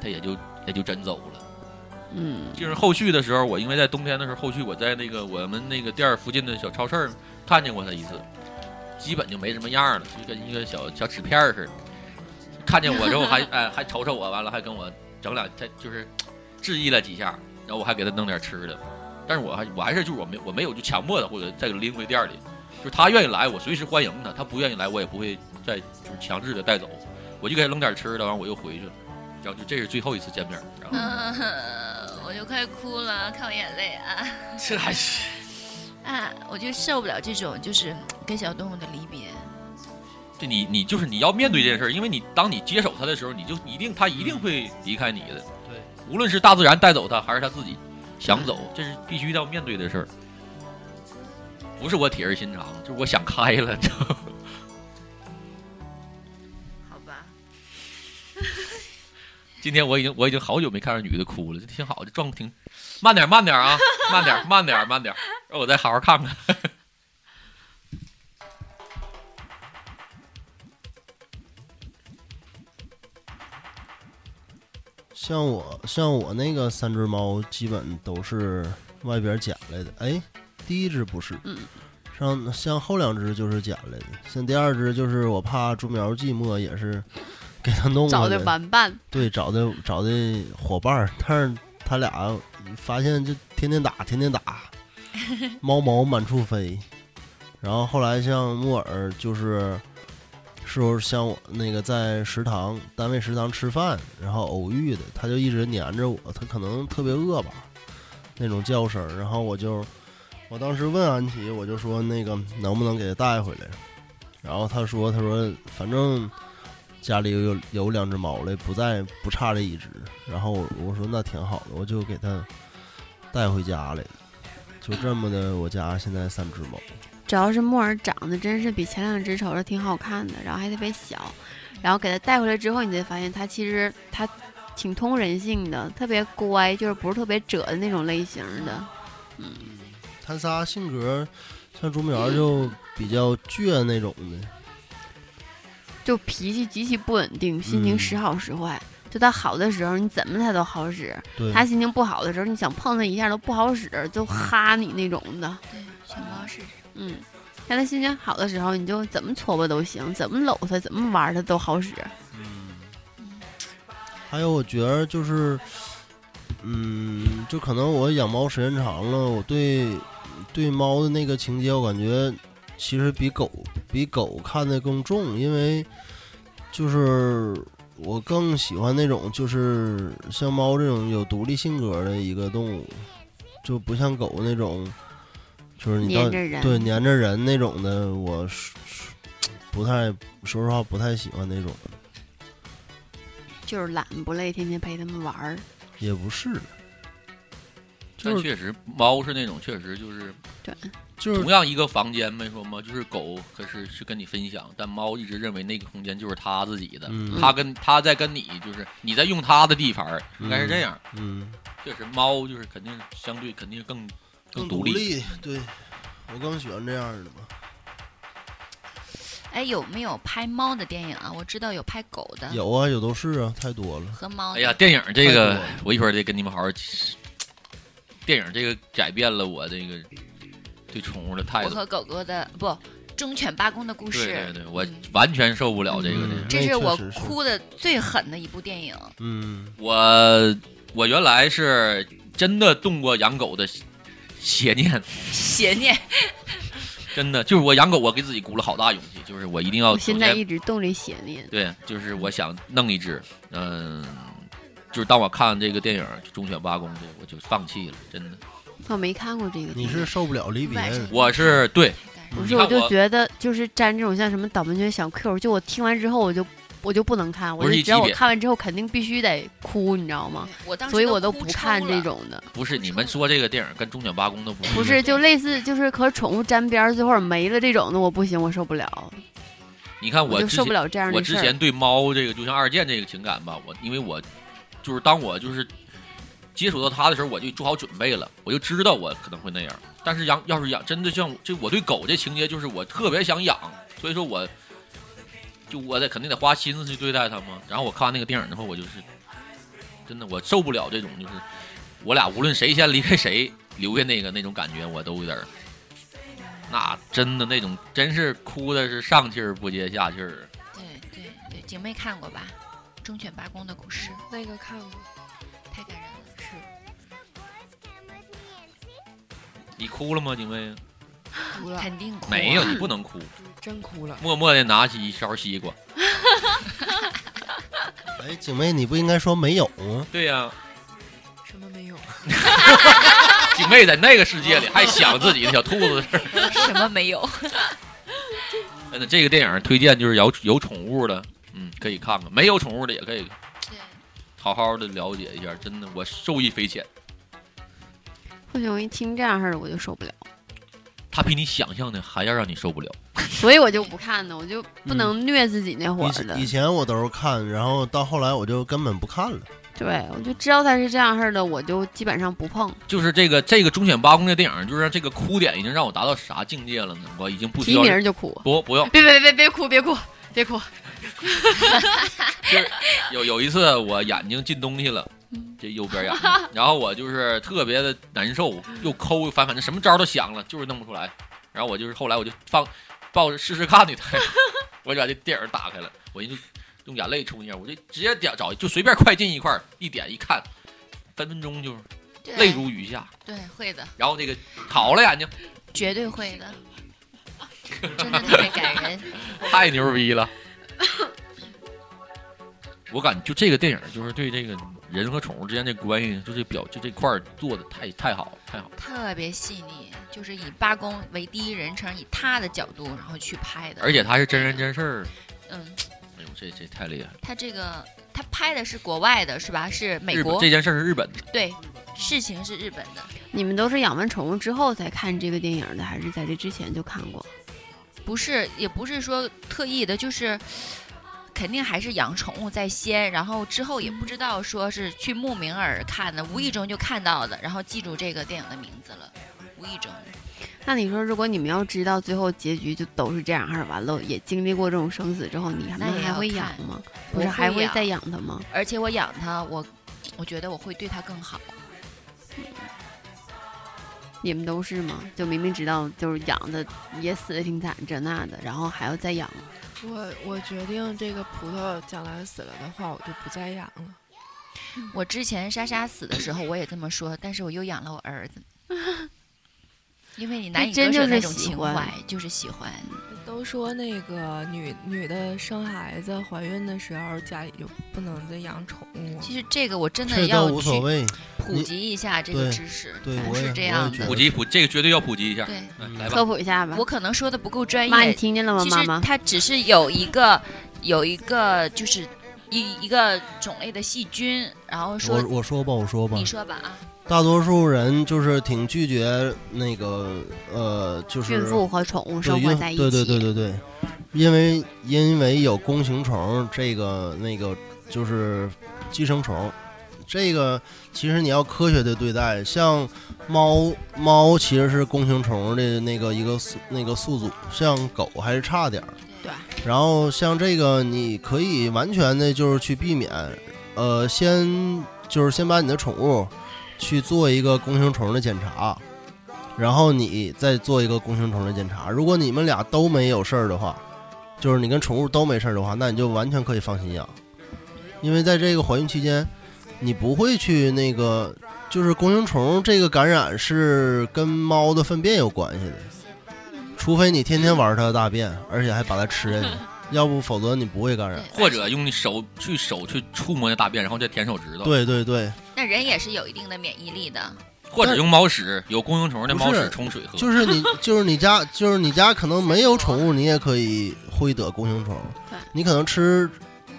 S1: 他也就也就真走了。
S5: 嗯，
S1: 就是后续的时候，我因为在冬天的时候，后续我在那个我们那个店儿附近的小超市儿看见过他一次，基本就没什么样了，就跟一个小小纸片儿似的。看见我之后还 哎还瞅瞅我，完了还跟我整俩，他就是质疑了几下，然后我还给他弄点吃的。但是我还我还是就是我没我没有就强迫的或者再给拎回店里，就是他愿意来我随时欢迎他，他不愿意来我也不会再就是强制的带走，我就给他扔点吃的，完我又回去了，然后就这是最后一次见面，然后
S7: 嗯，我就快哭了，看我眼泪啊
S1: 这还是
S7: 啊！我就受不了这种就是跟小动物的离别。
S1: 就你你就是你要面对这件事儿，因为你当你接手他的时候，你就一定他一定会离开你的。
S2: 对，
S1: 无论是大自然带走他，还是他自己想走，这是必须要面对的事儿。不是我铁石心肠，就是我想开了，你知道吗
S7: 好吧，
S1: 今天我已经我已经好久没看着女的哭了，这挺好，这状挺慢点慢点啊，慢点慢点慢点，让我再好好看看。
S2: 像我像我那个三只猫，基本都是外边捡来的。哎，第一只不是，
S5: 嗯
S2: 上像后两只就是捡来的，像第二只就是我怕猪苗寂寞，也是给它弄
S5: 找
S2: 过
S5: 点
S2: 来，
S5: 玩伴，
S2: 对，找的找的伙伴儿，但是他俩发现就天天打，天天打，猫毛满处飞。然后后来像木耳就是。是不是像我那个在食堂单位食堂吃饭，然后偶遇的，他就一直黏着我，他可能特别饿吧，那种叫声儿，然后我就，我当时问安琪，我就说那个能不能给他带回来，然后他说他说反正家里有有有两只猫了，不在不差这一只，然后我我说那挺好的，我就给他带回家来了，就这么的，我家现在三只猫，
S5: 主要是木耳长得真是比前两只瞅着挺好看的，然后还特别小，然后给它带回来之后，你才发现它其实它挺通人性的，特别乖，就是不是特别褶的那种类型的。
S2: 他仨性格像猪苗就比较倔那种的。
S5: 就脾气极其不稳定，心情
S2: 嗯
S5: 时好时坏。就它好的时候，你怎么它都好使；
S2: 对，嗯
S5: 它心情不好的时候，你想碰它一下都不好使，就哈你那种的。
S7: 对，小猫是
S5: 嗯，但它心情好的时候，你就怎么搓吧都行，怎么搂它，怎么玩它都好使。
S2: 还有，我觉得就是，嗯，就可能我养猫时间长了，我对对猫的那个情节，我感觉其实比狗比狗看得更重，因为就是我更喜欢那种就是像猫这种有独立性格的一个动物，就不像狗那种，就是你到
S5: 黏着人
S2: 对粘着人那种的，我是是不太说实话不太喜欢那种，
S5: 就是懒不累，天天陪它们玩儿。
S2: 也不是。
S1: 但确实，猫是那种确实就是
S7: 嗯
S2: 就是
S1: 同样一个房间没说吗？就是狗可是是跟你分享，但猫一直认为那个空间就是它自己的，
S2: 嗯
S1: 它跟它在跟你就是你在用它的地盘儿，应该是这样。
S2: 嗯，
S1: 确实，猫就是肯定相对肯定更更独立。
S2: 立，对我更喜欢这样的吧。
S7: 哎，有没有拍猫的电影啊？我知道有拍狗的
S2: 有啊，有都是啊，太多了。
S7: 和猫的。
S1: 哎呀，电影这个
S2: 太多了
S1: 我一会儿得跟你们好好。电影这个改变了我这个对宠物的态
S7: 我
S1: 度。
S7: 和狗狗的不忠犬八公的故事。
S1: 对对对，我
S7: 嗯
S1: 完全受不了这个
S2: 嗯
S1: 电影。
S2: 那
S7: 这是
S2: 确
S7: 我
S2: 实是
S7: 哭的最狠的一部电影。
S2: 嗯，
S1: 我我原来是真的动过养狗的邪念，
S7: 邪念，
S1: 真的就是我养狗，我给自己鼓了好大勇气，就是我一定要
S5: 我
S1: 首
S5: 现在
S1: 先
S5: 一直动这邪念，
S1: 对，就是我想弄一只，嗯，就是当我看这个电影《忠犬八公》这，我就放弃了，真的。
S5: 我没看过这个。
S2: 你是受不了离别，
S7: 晚上
S1: 我是对，
S7: 太 感人
S5: 不
S7: 了
S5: 是，
S1: 你
S5: 我
S1: 看
S5: 就
S1: 我
S5: 觉得就是沾这种像什么导盲犬小 Q，就我听完之后我就我就不能看，
S1: 不
S5: 我
S1: 是
S5: 就
S1: 一
S5: 只要
S1: 级
S5: 我
S1: 别
S5: 看完之后肯定必须得哭，你知道
S1: 嗯
S5: 吗？
S7: 我当时
S5: 所以我
S7: 都
S5: 都
S7: 哭
S5: 不
S7: 抽
S5: 看这
S7: 了。
S5: 种的，
S1: 不是你们说这个电影跟《忠犬八公》都不是
S5: 不是就类似就是和宠物沾边儿，最后没了这种的，我不行，我受不了，
S1: 你看
S5: 我
S1: 我
S5: 就
S1: 之
S5: 受
S1: 前
S5: 不了这样
S1: 我
S5: 的
S1: 之
S5: 事儿。
S1: 前对猫这个，就像二建这个情感吧，我因为我就是当我就是接触到它的时候，我就做好准备了，我就知道我可能会那样。但是养要是养真的像这，我对狗这情节就是我特别想养，所以说我就我得肯定得花心思去对待它嘛。然后我看完那个电影之后，我就是真的我受不了这种就是我俩无论谁先离开谁留下那个那种感觉，我都有点儿那真的那种真是哭的是上气儿不接下气儿。啊
S7: 对对对，景妹看过吧？忠犬八公的故事
S6: 那个看过，
S7: 太感人了。是
S1: 你哭了吗，景妹？
S6: 哭了，
S7: 肯定哭、
S1: 没有，，你不能哭。啊
S6: 真哭了。
S1: 默默的拿起一勺西瓜。
S2: 哎，景妹，你不应该说没有啊吗？
S1: 对呀、
S6: 什么没有？
S1: 景妹在那个世界里还想自己的小兔子的事儿。
S7: 什么没有。
S1: 真的，这个电影推荐就是有有宠物的，嗯，可以看看；没有宠物的也可以
S7: 对，
S1: 好好的了解一下。真的，我受益匪浅。
S5: 不行，我一听这样式儿的我就受不了，
S1: 它比你想象的还要让你受不了。
S5: 所以我就不看呢，我就
S1: 嗯
S5: 不能虐自己那会
S2: 以
S5: 儿的
S2: 前以。前我都是看，然后到后来我就根本不看了。
S5: 对，我就知道他是这样式儿的，我就基本上不碰。
S1: 就是这个这个忠犬八公这电影，就是让这个哭点已经让我达到啥境界了呢？我已经不需
S5: 提
S1: 要
S5: 名儿就哭，
S1: 不不用，
S5: 别别别别哭，别哭，别哭。
S1: 就是 有有一次我眼睛进东西了，这右边眼睛，然后我就是特别的难受，又抠又翻，反正什么招都想了，就是弄不出来。然后我就是后来我就放抱着试试看的态度，我就把这电影打开了，我就用眼泪冲一下，我就直接点找就随便快进一块儿一点一看，分分钟就是
S7: 对
S1: 泪如雨下，
S7: 对会的，
S1: 然后那个好了眼睛，
S7: 绝对会的，真的特别感人。
S1: 太牛逼了。我感觉就这个电影，就是对这个人和宠物之间这关系，就这表就这块儿做的太太好了，太好了。
S7: 特别细腻，就是以八公为第一人称，以他的角度然后去拍的。
S1: 而且他是真人真事儿，
S7: 嗯，
S1: 哎呦，这这太厉害了。
S7: 他这个他拍的是国外的，是吧？是美
S1: 日本
S7: 国
S1: 这件事儿是日本的，
S7: 对，事情是日本的，
S5: 你们都是养完宠物之后才看这个电影的，还是在这之前就看过？
S7: 不是也不是说特意的，就是肯定还是养宠物在先，然后之后也不知道说是去慕名而看的，无意中就看到的，然后记住这个电影的名字了，无意中。
S5: 那你说，如果你们要知道最后结局就都是这样式儿，完了也经历过这种生死之后，你
S7: 那
S5: 们
S7: 也
S5: 还
S7: 要
S5: 会养
S7: 看
S5: 吗？
S7: 不
S5: 不是
S7: 会
S5: 还会
S7: 养
S5: 再养它吗？
S7: 而且我养它，我我觉得我会对它更好。
S5: 你们都是吗？就明明知道就是养的也死的挺惨，这那的，然后还要再养。
S6: 我我决定这个葡萄将来死了的话，我就不再养了。
S7: 我之前莎莎死的时候，我也这么说，但是我又养了我儿 子，因为你难以
S5: 那真
S7: 割舍
S5: 就是
S7: 那种
S5: 喜
S7: 情
S5: 欢
S7: 怀，就是喜欢。
S6: 都说那个女女的生孩子怀孕的时候，家里就不能再养宠物。
S7: 其实这个我真的
S2: 这都
S7: 要
S2: 无所
S7: 去
S2: 谓，
S7: 普及一下这个
S2: 对
S7: 知识，
S2: 对
S7: 不
S2: 我也
S7: 是
S2: 我
S7: 这
S2: 也
S7: 样
S2: 觉
S7: 的
S2: 得。
S1: 普及普这个绝对要普及一下。
S7: 对，
S1: 来
S2: 嗯
S1: 来吧
S5: 科，普一下吧
S7: 我，可能说的不够专
S5: 妈，你
S7: 业，
S5: 听见了吗？
S7: 其
S5: 妈
S7: 实
S5: 妈，
S7: 它只是有一个有一个就是一一个种类的细菌，然后
S2: 我
S7: 说
S2: 我说吧，我说吧
S7: 你，说吧啊，
S2: 大多数人就是挺拒绝那个呃，就是
S5: 孕妇和宠物
S2: 对
S5: 生活
S2: 孕
S5: 在一
S2: 对
S5: 起。
S2: 对对对对，因为因为有弓形虫这个那个就是寄生虫，这个其实你要科学的对待。像猫猫其实是弓形虫的那个一个宿那个宿主，像狗还是差点儿。
S7: 对
S2: 然后像这个你可以完全的就是去避免，呃，先就是先把你的宠物去做一个弓形虫的检查，然后你再做一个弓形虫的检查。如果你们俩都没有事儿的话，就是你跟宠物都没事儿的话，那你就完全可以放心养，因为在这个怀孕期间，你不会去那个，就是弓形虫这个感染是跟猫的粪便有关系的，除非你天天玩它的大便，而且还把它吃下去，要不否则你不会感染
S7: 对。，
S1: 或者用你手去手去触摸那大便，然后再舔手指头，
S2: 对对对，
S7: 那人也是有一定的免疫力的，
S1: 或者用猫屎，有弓形虫的猫
S2: 不
S1: 屎
S2: 是
S1: 冲水喝。
S2: 就是 你，就是你家，就是你家可能没有宠物，你也可以会得弓形虫
S5: 对。
S2: 你可能吃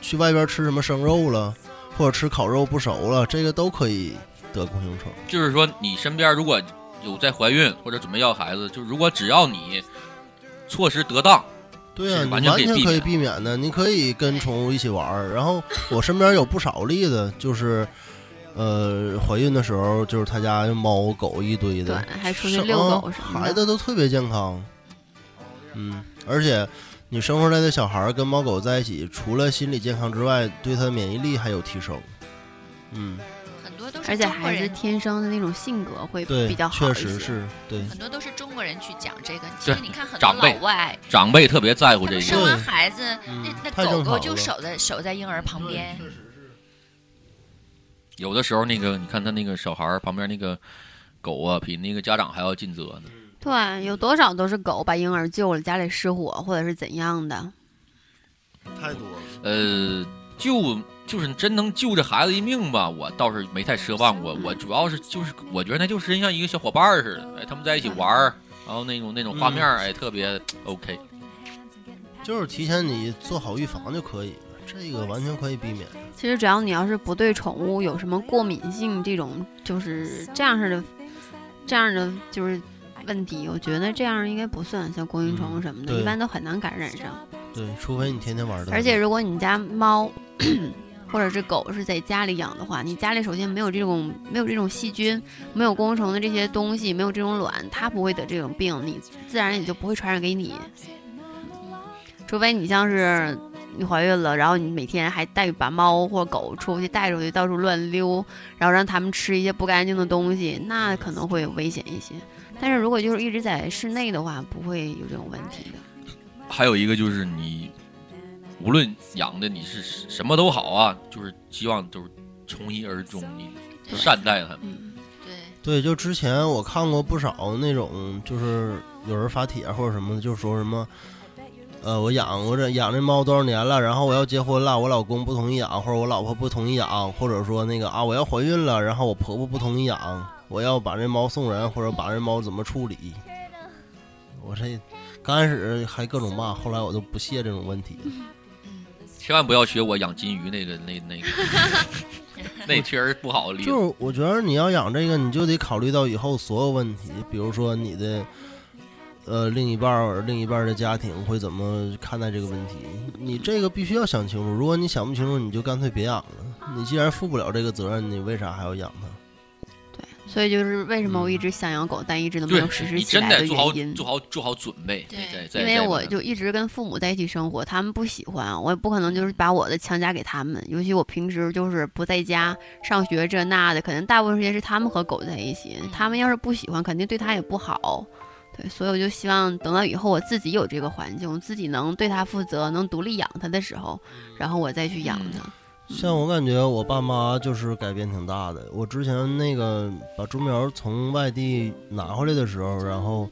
S2: 去外边吃什么生肉了，或者吃烤肉不熟了，这个都可以得弓形虫。
S1: 就是说，你身边如果有在怀孕或者准备要孩子，就如果只要你措施得当，
S2: 对呀、
S1: 是
S2: 你
S1: 完全
S2: 完
S1: 可以
S2: 全
S1: 避
S2: 可以
S1: 免
S2: 避免的。你可以跟宠物一起玩儿。然后我身边有不少例子，就是，呃，怀孕的时候，就是他家猫狗一堆
S5: 对
S2: 的，
S5: 还出去
S2: 生
S5: 遛狗什么
S2: 孩
S5: 的。
S2: 子都特别健康。嗯，而且你生出来的小孩儿跟猫狗在一起，除了心理健康之外，对他的免疫力还有提升。嗯，
S7: 很多都都
S5: 而且
S7: 是中国
S5: 孩子
S7: 人，
S5: 天生的那种性格会
S2: 对，
S5: 比较好
S2: 确
S5: 一
S2: 实
S5: 些。
S2: 是对。
S7: 很多都是中国人去讲这个。其实
S1: 嗯对
S7: 你看很多
S1: 长
S7: 老
S1: 辈
S7: 外，
S1: 长辈特别在
S7: 他
S1: 乎这
S7: 们
S1: 一
S7: 生
S1: 个，
S7: 完
S2: 对
S7: 孩子，
S2: 嗯
S7: 那那
S2: 太正
S7: 狗
S2: 好
S7: 狗
S2: 了
S7: 就守在守在婴儿旁边，
S1: 有的时候那个你看他那个小孩儿旁边那个狗啊，比那个家长还要尽责呢。
S5: 对，有多少都是狗把婴儿救了，家里失火或者是怎样的。
S2: 太多了。
S1: 呃，救就是真能救这孩子一命吧，我倒是没太奢望过。我主要是就是我觉得那就是像一个小伙伴儿似的，哎，他们在一起玩儿，然后那种那种画面儿，哎，特别 OK。
S2: 就是提前你做好预防就可以了，这个完全可以避免。
S5: 其实只要你要是不对宠物有什么过敏性这种，就是这样式的，这样的就是问题，我觉得这样应该不算像过敏虫什么的，
S2: 嗯对
S5: 一般都很难感染上。
S2: 对，除非你天天玩的。
S5: 而且如果你家猫 或者是狗是在家里养的话，你家里首先没有这种没有这种细菌，没有过敏虫的这些东西，没有这种卵，它不会得这种病，你自然也就不会传染给你。除非你像是你怀孕了，然后你每天还带把猫或狗出去带出去到处乱溜，然后让它们吃一些不干净的东西，那可能会危险一些。但是如果就是一直在室内的话，不会有这种问题的。
S1: 还有一个就是你，无论养的你是什么都好啊，就是希望就是从一而终，你
S7: 对
S1: 善待它们。
S5: 嗯，
S7: 对，
S2: 对，就之前我看过不少那种，就是有人发帖或者什么的，就说什么，呃，我养我这养这猫多少年了，然后我要结婚了，我老公不同意养，或者我老婆不同意养，或者说那个啊，我要怀孕了，然后我婆婆不同意养，我要把这猫送人，或者把这猫怎么处理。我这刚开始还各种骂，后来我都不屑这种问题了。
S1: 千万不要学我养金鱼那个那那个，那确实不好的例子。
S2: 就是我觉得你要养这个，你就得考虑到以后所有问题，比如说你的呃另一半儿、另一半儿的家庭会怎么看待这个问题，你这个必须要想清楚。如果你想不清楚，你就干脆别养了。你既然负不了这个责任，你为啥还要养它？
S5: 对，所以就是为什么我一直想养狗，但一直都没
S1: 嗯对
S5: 有实，施
S1: 你
S5: 起
S1: 真
S5: 来
S1: 得做好
S5: 原因。
S1: 做好做好准备。
S7: 对
S1: 再再再
S5: 因为
S1: 往
S5: 我
S1: 下
S5: 就一直跟父母在一起生活，他们不喜欢，我也不可能就是把我的强加给他们。尤其我平时就是不在家上学这那的，可能大部分时间是他们和狗在一起。
S1: 嗯
S5: 他们要是不喜欢，肯定对他也不好。对，所以我就希望等到以后我自己有这个环境，我自己能对它负责，能独立养它的时候，然后我再去
S1: 嗯
S5: 养嗯它。
S2: 像我感觉我爸妈就是改变挺大的。我之前那个把猪苗从外地拿回来的时候，然后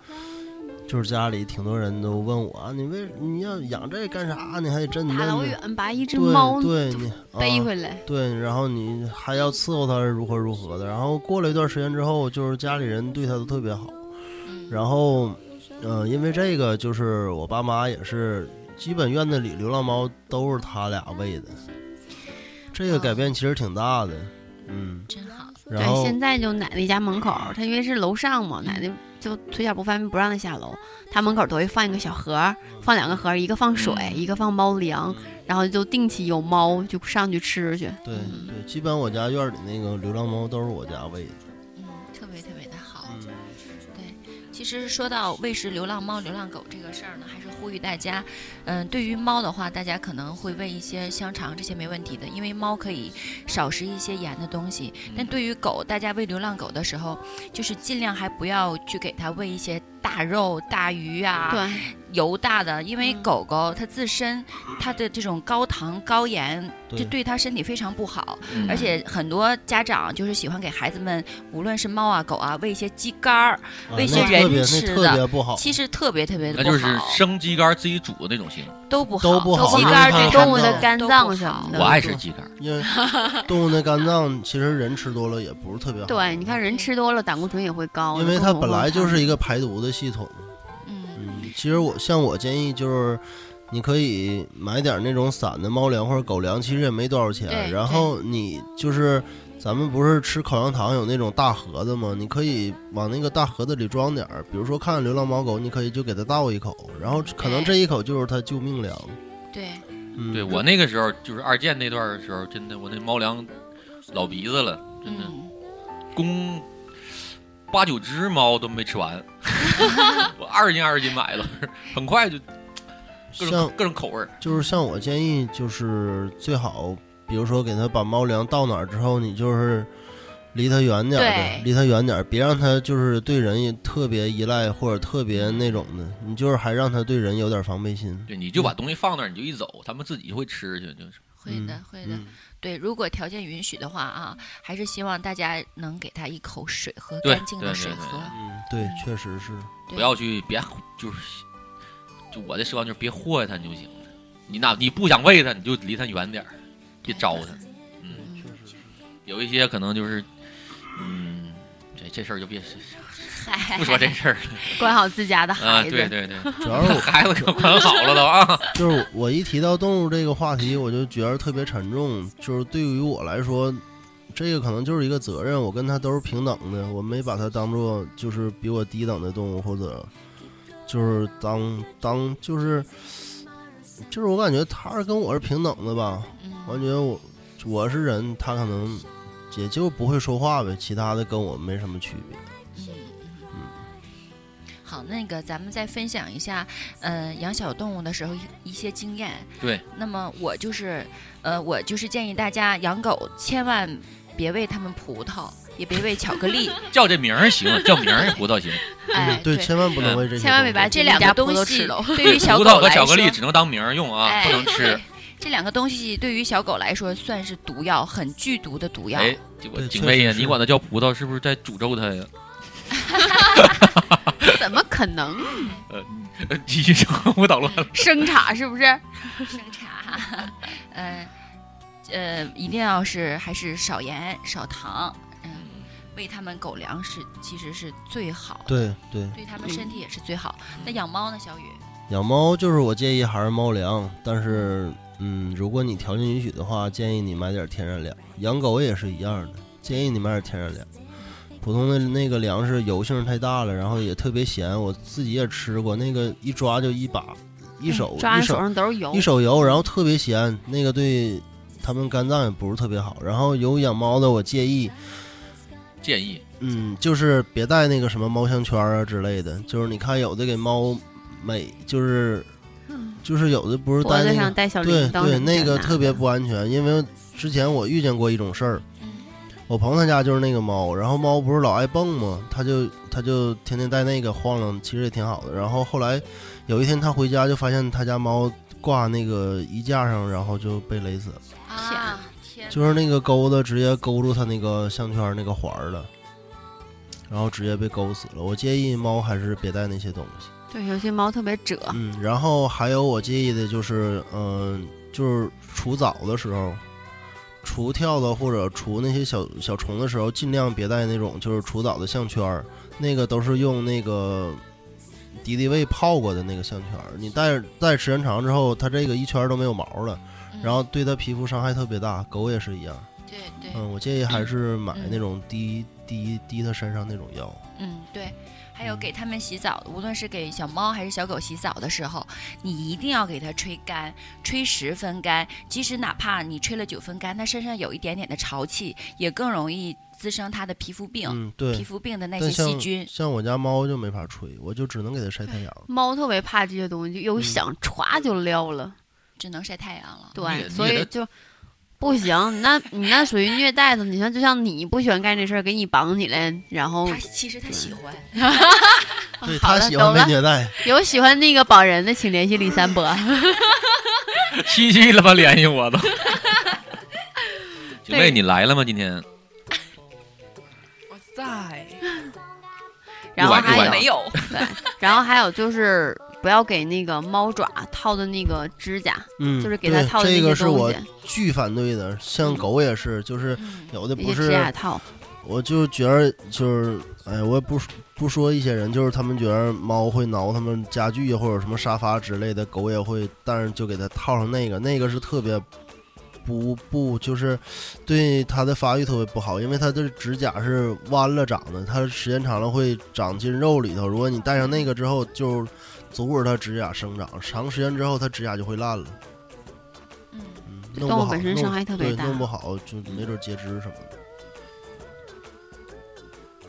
S2: 就是家里挺多人都问我啊，你为你要养这干啥？你还得真
S5: 大
S2: 那
S5: 老
S2: 个
S5: 远把一只
S2: 对
S5: 猫
S2: 对 你
S5: 背
S2: 啊
S5: 回来，
S2: 对，然后你还要伺候它是如何如何的。然后过了一段时间之后，就是家里人对它都特别好。
S7: 嗯
S2: 然后，呃，因为这个，就是我爸妈也是，基本院子里流浪猫都是他俩喂的。这个改变其实挺大的，嗯。
S7: 真好。
S2: 然
S5: 对，
S2: 后
S5: 现在就奶奶家门口儿，她因为是楼上嘛，奶奶就腿脚不方便，不让她下楼。她门口儿都会放一个小盒儿，放两个盒儿，一个放水，
S2: 嗯
S5: 一个放猫粮，然后就定期有猫就上去吃去。
S2: 对
S7: 嗯
S2: 对，基本我家院里那个流浪猫都是我家喂的。嗯
S7: 嗯，特别特别的好。其实说到喂食流浪猫、流浪狗这个事儿呢，还是呼吁大家，嗯，对于猫的话，大家可能会喂一些香肠这些没问题的，因为猫可以少食一些盐的东西。
S2: 嗯
S7: 但对于狗，大家喂流浪狗的时候，就是尽量还不要去给它喂一些大肉、大鱼啊、
S5: 对，
S7: 油大的，因
S5: 嗯
S7: 为狗狗它自身它的这种高糖高盐，这
S2: 对
S7: 对它身体非常不好。
S1: 嗯
S7: 而且很多家长就是喜欢给孩子们，无论是猫啊狗啊，喂一些鸡肝儿，
S2: 啊
S7: 喂
S2: 那
S7: 些
S2: 特
S7: 人
S2: 别
S7: 吃
S2: 那
S7: 的
S2: 特别不好。
S7: 其实特别特别的
S1: 那
S7: 不好，
S1: 就是生鸡肝自己煮的那种型，
S7: 都不好，
S2: 都不
S5: 好
S7: 鸡
S5: 因为
S7: 肝儿
S5: 它动
S7: 对它
S5: 物
S7: 们
S5: 的
S7: 都
S5: 肝
S7: 不
S5: 脏
S7: 好
S5: 什么的
S1: 我爱吃鸡肝。
S2: 因为动物的肝脏其实人吃多了也不是特别好。
S5: 对，你看人吃多了，胆固醇也会高，
S2: 因为
S5: 更
S2: 它
S5: 何
S2: 本
S5: 况
S2: 来就
S5: 它
S2: 是一个排毒的系统。
S7: 嗯，
S2: 嗯，其实我像我建议就是，你可以买点那种散的猫粮或者狗粮，其实也没多少
S7: 对
S2: 钱。然后你就是，咱们不是吃口香糖有那种大盒子吗？你可以往那个大盒子里装点儿，比如说看流浪猫狗，你可以就给它倒一口，然后可能这一口就是它救命粮。
S7: 对，
S2: 嗯，
S1: 对我那个时候就是二建那段儿的时候，真的我那猫粮老鼻子了，真的
S7: 嗯，
S1: 公八九只猫都没吃 完，我二斤二斤买了，很快就各
S2: 像
S1: 种各种口味儿。
S2: 就是像我建议，就是最好，比如说给它把猫粮倒哪儿之后，你就是离它远点儿
S7: 对
S2: 呗，离它远点儿，别让它就是对人也特别依赖或者特别那种的，你就是还让它对人有点防备心。
S1: 对，你就把东西放那儿，你就一走，他们自己会吃去，就是
S7: 会的
S2: 嗯，
S7: 会的。
S2: 嗯
S7: 对，如果条件允许的话啊，还是希望大家能给他一口水喝，
S1: 对
S7: 干净的
S1: 对
S7: 水
S1: 对对
S7: 喝。
S2: 嗯，对，确实是。
S7: 对
S1: 不要去别就是，就我的希望就是别祸害他就行了。你哪你不想喂他，你就离他远点儿，别招他。嗯，
S7: 嗯
S1: 有一些可能就是，嗯，这这事儿就别
S7: 嗨，
S1: 不说这事儿
S5: 管好自家的
S1: 了啊。
S5: 孩子。
S1: 对对对，
S2: 主要是我
S1: 孩子可管好了都啊。
S2: 就是我一提到动物这个话题，我就觉得特别沉重。就是对于我来说，这个可能就是一个责任，我跟它都是平等的，我没把它当做就是比我低等的动物，或者就是当当就是就是我感觉它是跟我是平等的吧。我
S7: 嗯，
S2: 感觉我我是人，它可能也就不会说话呗，其他的跟我没什么区别。
S5: 嗯
S7: 好，那个咱们再分享一下，呃，养小动物的时候一些经验。
S1: 对，
S7: 那么我就是，呃，我就是建议大家养狗千万别喂它们葡萄，也别喂巧克 力，
S1: 叫这名儿行，叫名儿葡萄 行，
S2: 嗯
S7: 哎，
S2: 对，千万不能为这些
S5: 千万别
S2: 动物
S5: 把
S7: 这两个东
S5: 自己
S7: 西
S5: 家葡
S7: 对于小
S1: 葡
S7: 狗
S1: 萄和
S7: 来
S1: 巧克力
S7: 说
S1: 只能当名儿用啊，
S7: 哎
S1: 不能吃
S7: 对。这两个东西对于小狗来说算是毒药，很剧毒的毒药。
S1: 哎，结果
S2: 对
S1: 警
S2: 确
S1: 卫
S2: 实
S1: 呀，
S2: 是
S1: 你管他叫葡萄，是不是在诅咒他呀？
S5: 怎么可能？
S1: 呃，呃继 续生活捣乱了。
S5: 生产是不是？
S7: 生茶， 呃呃，一定要是还是少盐少糖，嗯，喂它们狗粮是其实是最好的，
S2: 对对。
S7: 对它们身体也是最好。那养猫呢，小雨？
S2: 养猫就是我建议还是猫粮，但是嗯，如果你条件允许的话，建议你买点天然粮。养狗也是一样的，建议你买点天然粮。普通的那个粮食油性太大了，然后也特别咸，我自己也吃过，那个一抓就一把，一手、
S5: 嗯抓
S2: 一
S5: 人手
S2: 手
S5: 上都是油
S2: 一。手油，然后特别咸，那个对它们肝脏也不是特别好。然后有养猫的，我建议
S1: 建议
S2: 嗯，就是别带那个什么猫项圈啊之类的，就是你看有的给猫美，就是就是有的不是
S5: 嗯脖
S2: 带
S5: 子
S2: 那
S5: 上
S2: 个，
S5: 戴小铃
S2: 对
S5: 铛
S2: 对，
S5: 什么
S2: 那个
S5: 的嗯
S2: 特别不安全。因为之前我遇见过一种事儿，我朋友他家就是那个猫，然后猫不是老爱蹦吗？他就他就天天带那个晃荡，其实也挺好的。然后后来有一天他回家就发现他家猫挂那个衣架上，然后就被勒死了，
S7: 啊，天哪，
S2: 就是那个钩子直接勾住它那个项圈那个环儿了，然后直接被勾死了。我建议猫还是别带那些东西。
S5: 对，有些猫特别折，
S2: 嗯，然后还有我建议的就是，嗯、就是除蚤的时候，除跳蚤或者除那些小小虫的时候，尽量别带那种就是除蚤的项圈儿，那个都是用那个敌敌畏泡过的那个项圈儿，你戴戴时间长之后，它这个一圈儿都没有毛了，
S7: 嗯
S2: 然后对它皮肤伤害特别大，狗也是一样。
S7: 对
S5: 哎
S7: 对，
S2: 嗯，我建议还是买
S5: 嗯
S2: 那种滴滴滴它身上那种药。
S7: 嗯对。还有给它们洗澡，无
S2: 嗯
S7: 论是给小猫还是小狗洗澡的时候，你一定要给它吹干，吹十分干。即使哪怕你吹了九分干，它身上有一点点的潮气，也更容易滋生它的皮肤病。
S2: 嗯，对。
S7: 皮肤病的那
S2: 但
S7: 些细
S2: 像
S7: 菌。
S2: 像我家猫就没法吹，我就只能给它晒太 阳。
S5: 猫特别怕这些东西，就有
S2: 嗯
S5: 想歘就撩了。
S7: 只能晒太阳了。
S1: 虐
S5: 对，所
S1: 虐
S5: 以
S1: 待
S5: 就不行，那你那属于虐待它。你像就像你不喜欢干这事儿，给你绑起来，然后
S1: 嗯
S7: 他其实他喜欢，
S2: 对
S5: 好
S2: 他
S5: 的
S2: 喜
S5: 懂
S2: 欢被
S5: 了
S2: 虐待，
S5: 有喜欢那个绑人的，请联系李三伯。
S1: 七七他妈联系我都。 警卫，
S5: 对
S1: 你来了吗？今天
S6: 我在，
S5: 然后
S1: 晚
S5: 还
S1: 晚
S5: 有
S1: 没
S7: 有，
S5: 然后还有就是不要给那个猫爪套的那个指甲，
S2: 嗯，
S5: 就是给它套的
S2: 对这
S5: 那
S2: 个
S5: 些
S2: 是
S5: 东
S2: 我
S5: 西，嗯
S2: 巨反对的。像狗也是，就是
S7: 嗯
S2: 有的
S5: 那
S2: 不
S5: 些指甲
S2: 是，
S5: 套。
S2: 我就觉得就是，哎，我也不不说一些人，就是他们觉得猫会挠他们家具啊，或者什么沙发之类的，狗也会，但是就给它套上那个， 那个是特别。不不，就是对它的发育特别不好，因为它的指甲是弯了长的，它时间长了会长进肉里头。如果你戴上那个之后，就阻止它指甲生长，长时间之后它指甲就会烂了。
S7: 嗯，
S2: 嗯
S5: 对
S2: 弄
S5: 动
S2: 不
S5: 物本
S2: 好
S5: 身
S2: 弄
S5: 伤害特别
S2: 对
S5: 大
S2: 弄不好就没准截肢什么的。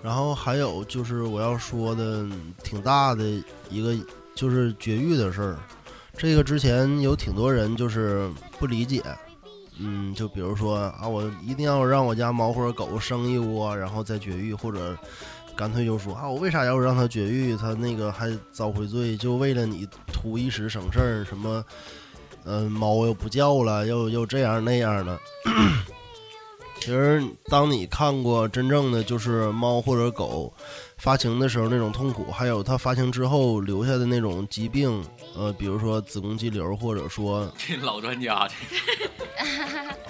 S2: 然后还有就是我要说的挺大的一个就是绝育的事儿，这个之前有挺多人就是不理解，嗯，就比如说啊，我一定要让我家猫或者狗生一窝，然后再绝育，或者干脆就说啊，我为啥要让它绝育？它那个还遭悔罪，就为了你图一时省事儿，什么，嗯、猫又不叫了，又又这样那样的。其实，当你看过真正的就是猫或者狗发情的时候那种痛苦，还有它发情之后留下的那种疾病，呃，比如说子宫肌瘤，或者说
S1: 这老专家，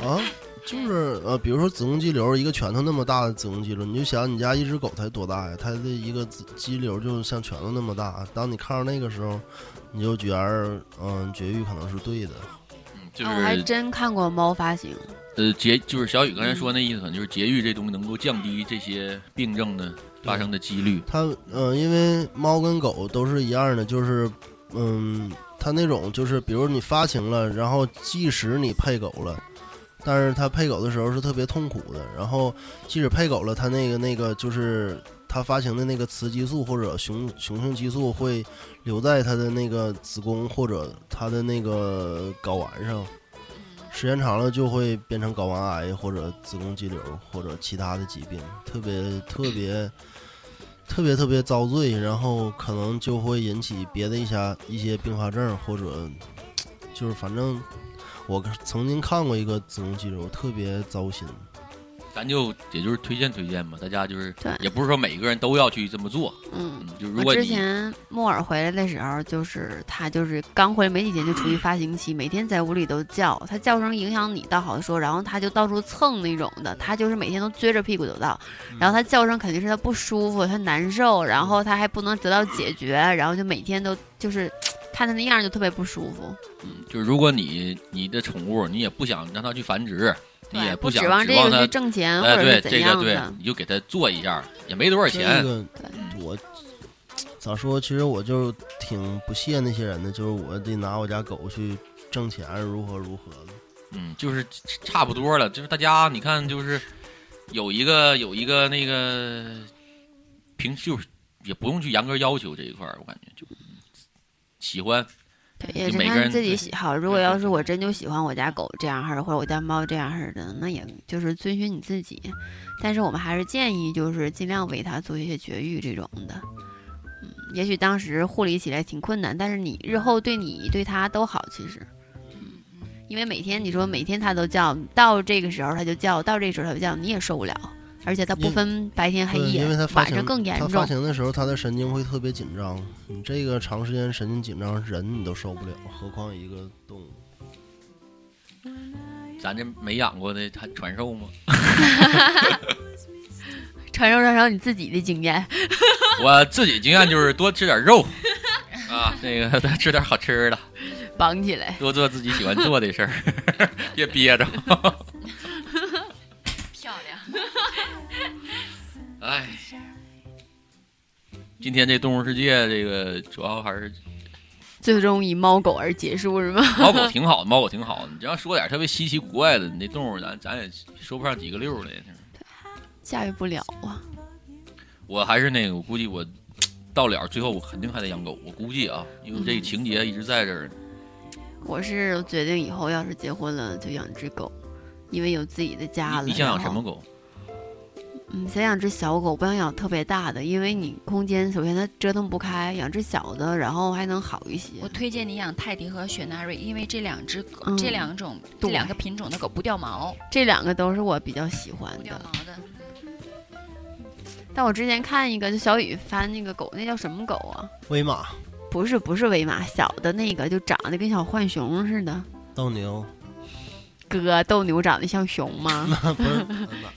S2: 啊，就是呃，比如说子宫肌瘤，一个拳头那么大的子宫肌瘤，你就想你家一只狗才多大呀？它的一个子肌瘤就像拳头那么大。当你看到那个时候，你就觉得嗯、绝育可能是对的。
S1: 嗯，就
S5: 啊我还
S1: 是
S5: 真嗯看过猫发情，
S1: 呃节，就是小雨刚才说那意思，可能就是节育这东西能够降低这些病症的发生的几率。
S2: 它呃，因为猫跟狗都是一样的，就是嗯，它那种就是，比如你发情了，然后即使你配狗了。但是它配狗的时候是特别痛苦的，然后即使配狗了，它那个那个就是它发情的那个雌激素或者雄雄性激素会留在它的那个子宫或者它的那个睾丸上，时间长了就会变成睾丸癌或者子宫肌瘤或者其他的疾病，特别特别特别特别遭罪，然后可能就会引起别的一些一些并发症，或者就是反正我曾经看过一个子宫肌瘤，特别糟心。
S1: 咱就也就是推荐推荐吧，大家就是
S5: 对
S1: 也不是说每个人都要去这么做。
S5: 嗯。
S1: 嗯，就如
S5: 我
S1: 果
S5: 之
S1: 你
S5: 前木耳回来的时候，就是他就是刚回来没几天就处于发情期，每天在屋里都叫，他叫声影响你倒好说，然后他就到处蹭那种的，他就是每天都撅着屁股走道，
S1: 嗯
S5: 然后他叫声肯定是他不舒服，他难受，然后他还不能得到解决，然后就每天都就是看他那样就特别不舒服，
S1: 嗯就是如果你你的宠物你也不想让它去繁殖，你也
S5: 不
S1: 想
S5: 指望
S1: 指
S5: 这
S1: 望
S5: 个
S1: 它
S5: 去，挣钱或
S1: 哎，
S5: 者
S1: 对
S5: 是怎
S1: 这个
S5: 样
S1: 对
S5: 的，，
S1: 你就给它做一下，也没多少
S2: 这
S1: 钱。
S2: 个我咋说？其实我就挺不屑那些人的，就是我得拿我家狗去挣钱，如何如何的。
S1: 嗯，就是差不多了。就是大家你看，就是有一个有一个那个平，就是也不用去严格要求这一块儿，我感觉就喜欢。
S5: 对，也
S1: 就是每个
S5: 看
S1: 人
S5: 自己
S1: 对
S5: 喜好。如果
S1: 对对
S5: 要是
S1: 对
S5: 我真就喜欢我家狗这样式儿的，或者我家猫这样式儿的，那也就是遵循你自己。但是我们还是建议，就是尽量为它做一些绝育这种的。嗯，也许当时护理起来挺困难，但是你日后对你对它都好，其实。嗯因为每天你说每天它都叫，到这个时候它就叫，到这个时候它就叫，你也受不了，而且它不
S2: 因
S5: 分白天黑
S2: 对
S5: 夜
S2: 因为它，发
S5: 哎晚
S2: 情
S5: 上更严
S2: 它发
S5: 重。
S2: 情的时候，它的神经会特别紧张，你这个长时间神经紧张，人你都受不了，何况一个动物。
S1: 咱这没养过的还传授吗？
S5: 传授传授你自己的经验，
S1: 我自己经验就是多吃点肉啊，那个多吃点好吃的，
S5: 绑起来。
S1: 多做自己喜欢做 的事儿，别憋着。
S7: 漂亮。
S1: 哎，今天这动物世界这个主要还是
S5: 最终以猫狗而结束是吗？
S1: 猫狗挺好的，猫狗挺好的。你只要说点特别稀奇古怪的，你那动物咱咱也说不上几个溜儿来。
S5: 驾驭不了啊。
S1: 我还是那个，我估计我到了最后我肯定还得养狗，我估计啊，因为这个情节一直在这儿。
S5: 我是决定以后要是结婚了就养只狗，因为有自己的家了。
S1: 你你想养
S5: 然
S1: 什
S5: 后
S1: 么？狗？
S5: 嗯，想养只小狗，不想养特别大的，因为你空间首先它折腾不开，养只小的，然后还能好一些
S7: 我。推荐你养泰迪和雪纳瑞，因为这两只狗，
S5: 嗯
S7: 这两种这
S5: 对
S7: 两个品种的狗不掉毛，
S5: 这两个都是我比较喜欢
S7: 不掉
S5: 的。
S7: 毛的。
S5: 但我之前看一个，就小雨翻那个狗，那叫什么狗啊？
S2: 威马、
S5: 不是不是维马，小的那个就长得跟小浣熊似的。
S2: 斗 牛，
S5: 哥，斗牛长得像熊吗？
S2: 不是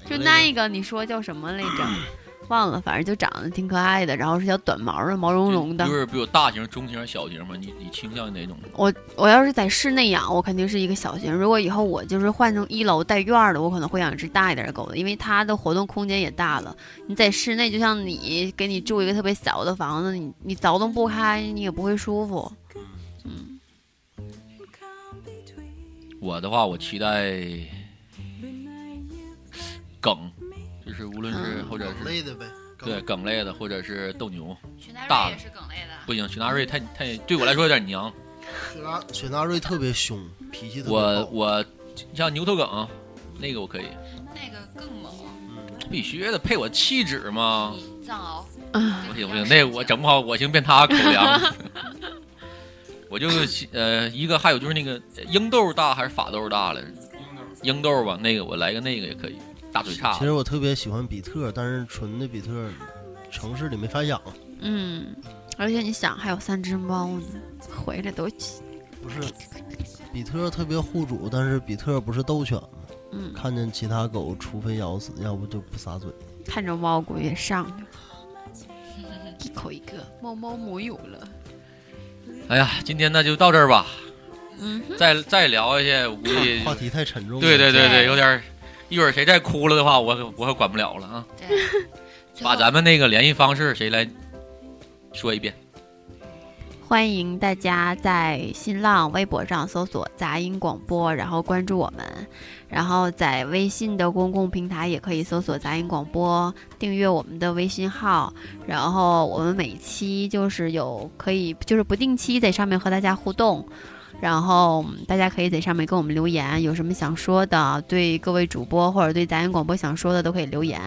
S5: 就
S2: 哪呃一
S5: 那个你说叫什么来着？
S1: 嗯
S5: 忘了，反正就长得挺可爱的，然后是小短毛的，毛茸茸嗯的
S1: 就。是比我大型、中型、小型嘛。你你倾向于哪种？
S5: 我我要是在室内养，我肯定是一个小型。如果以后我就是换成一楼带院儿的，我可能会养一只大一点的狗的，因为它的活动空间也大了。你在室内，就像你给你住一个特别小的房子，你你凿动不开，你也不会舒服。嗯，
S1: 我的话，我期待梗，就是无论是
S5: 嗯
S1: 或者
S2: 个
S1: 是
S2: 类的呗，
S1: 对梗类的，或者是斗牛。
S7: 雪纳
S1: 大
S7: 瑞也是梗类的。
S1: 不行，雪纳瑞太太对我来说有点娘。
S2: 雪纳雪纳瑞特别凶，脾气特别
S1: 我
S2: 暴
S1: 我像牛头梗，那个我可以，
S7: 那个更猛，
S1: 必须的，配我气质嘛。
S7: 比藏獒
S5: 啊，
S1: 嗯不行不行， 那我整不好，我行变他口粮。 我就呃，一个还有就是那个呃鹰豆大还是法豆大来着？鹰豆吧，那个我来个那个也可以，大嘴叉
S2: 其实我特别喜欢比特，但是纯的比特城市里没法养。
S5: 嗯，而且你想，还有三只猫呢，回来都
S2: 不是，比特特别护主，但是比特不是斗犬吗？
S5: 嗯，
S2: 看见其他狗，除非咬死，要不就不撒嘴。
S5: 看着猫估计也上去了，一口一个，猫猫没有了。
S1: 哎呀，今天那就到这儿吧，
S5: 嗯哼，
S1: 再再聊一些，我估计
S2: 话题太哎沉重了。
S1: 对对对
S7: 对
S1: 对，有点儿，一会儿谁再哭了的话，我可我可管不了了啊！
S7: 最
S1: 把
S7: 后
S1: 咱们那个联系方式谁来说一遍？
S5: 欢迎大家在新浪微博上搜索“杂音广播”，然后关注我们，然后在微信的公共平台也可以搜索“杂音广播”，订阅我们的微信号。然后我们每期就是有可以就是不定期在上面和大家互动，然后大家可以在上面跟我们留言，有什么想说的，对各位主播或者对杂音广播想说的都可以留言。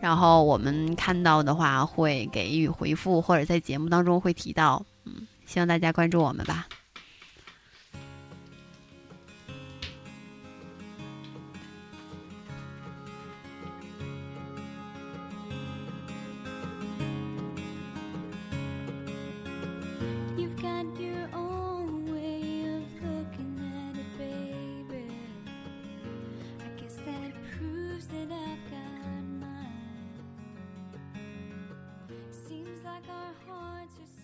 S5: 然后我们看到的话会给予回复，或者在节目当中会提到。希望大家关注我们吧。
S8: You've got your own way of looking at it, baby. I guess that proves that I've got mine. Seems like our hearts are.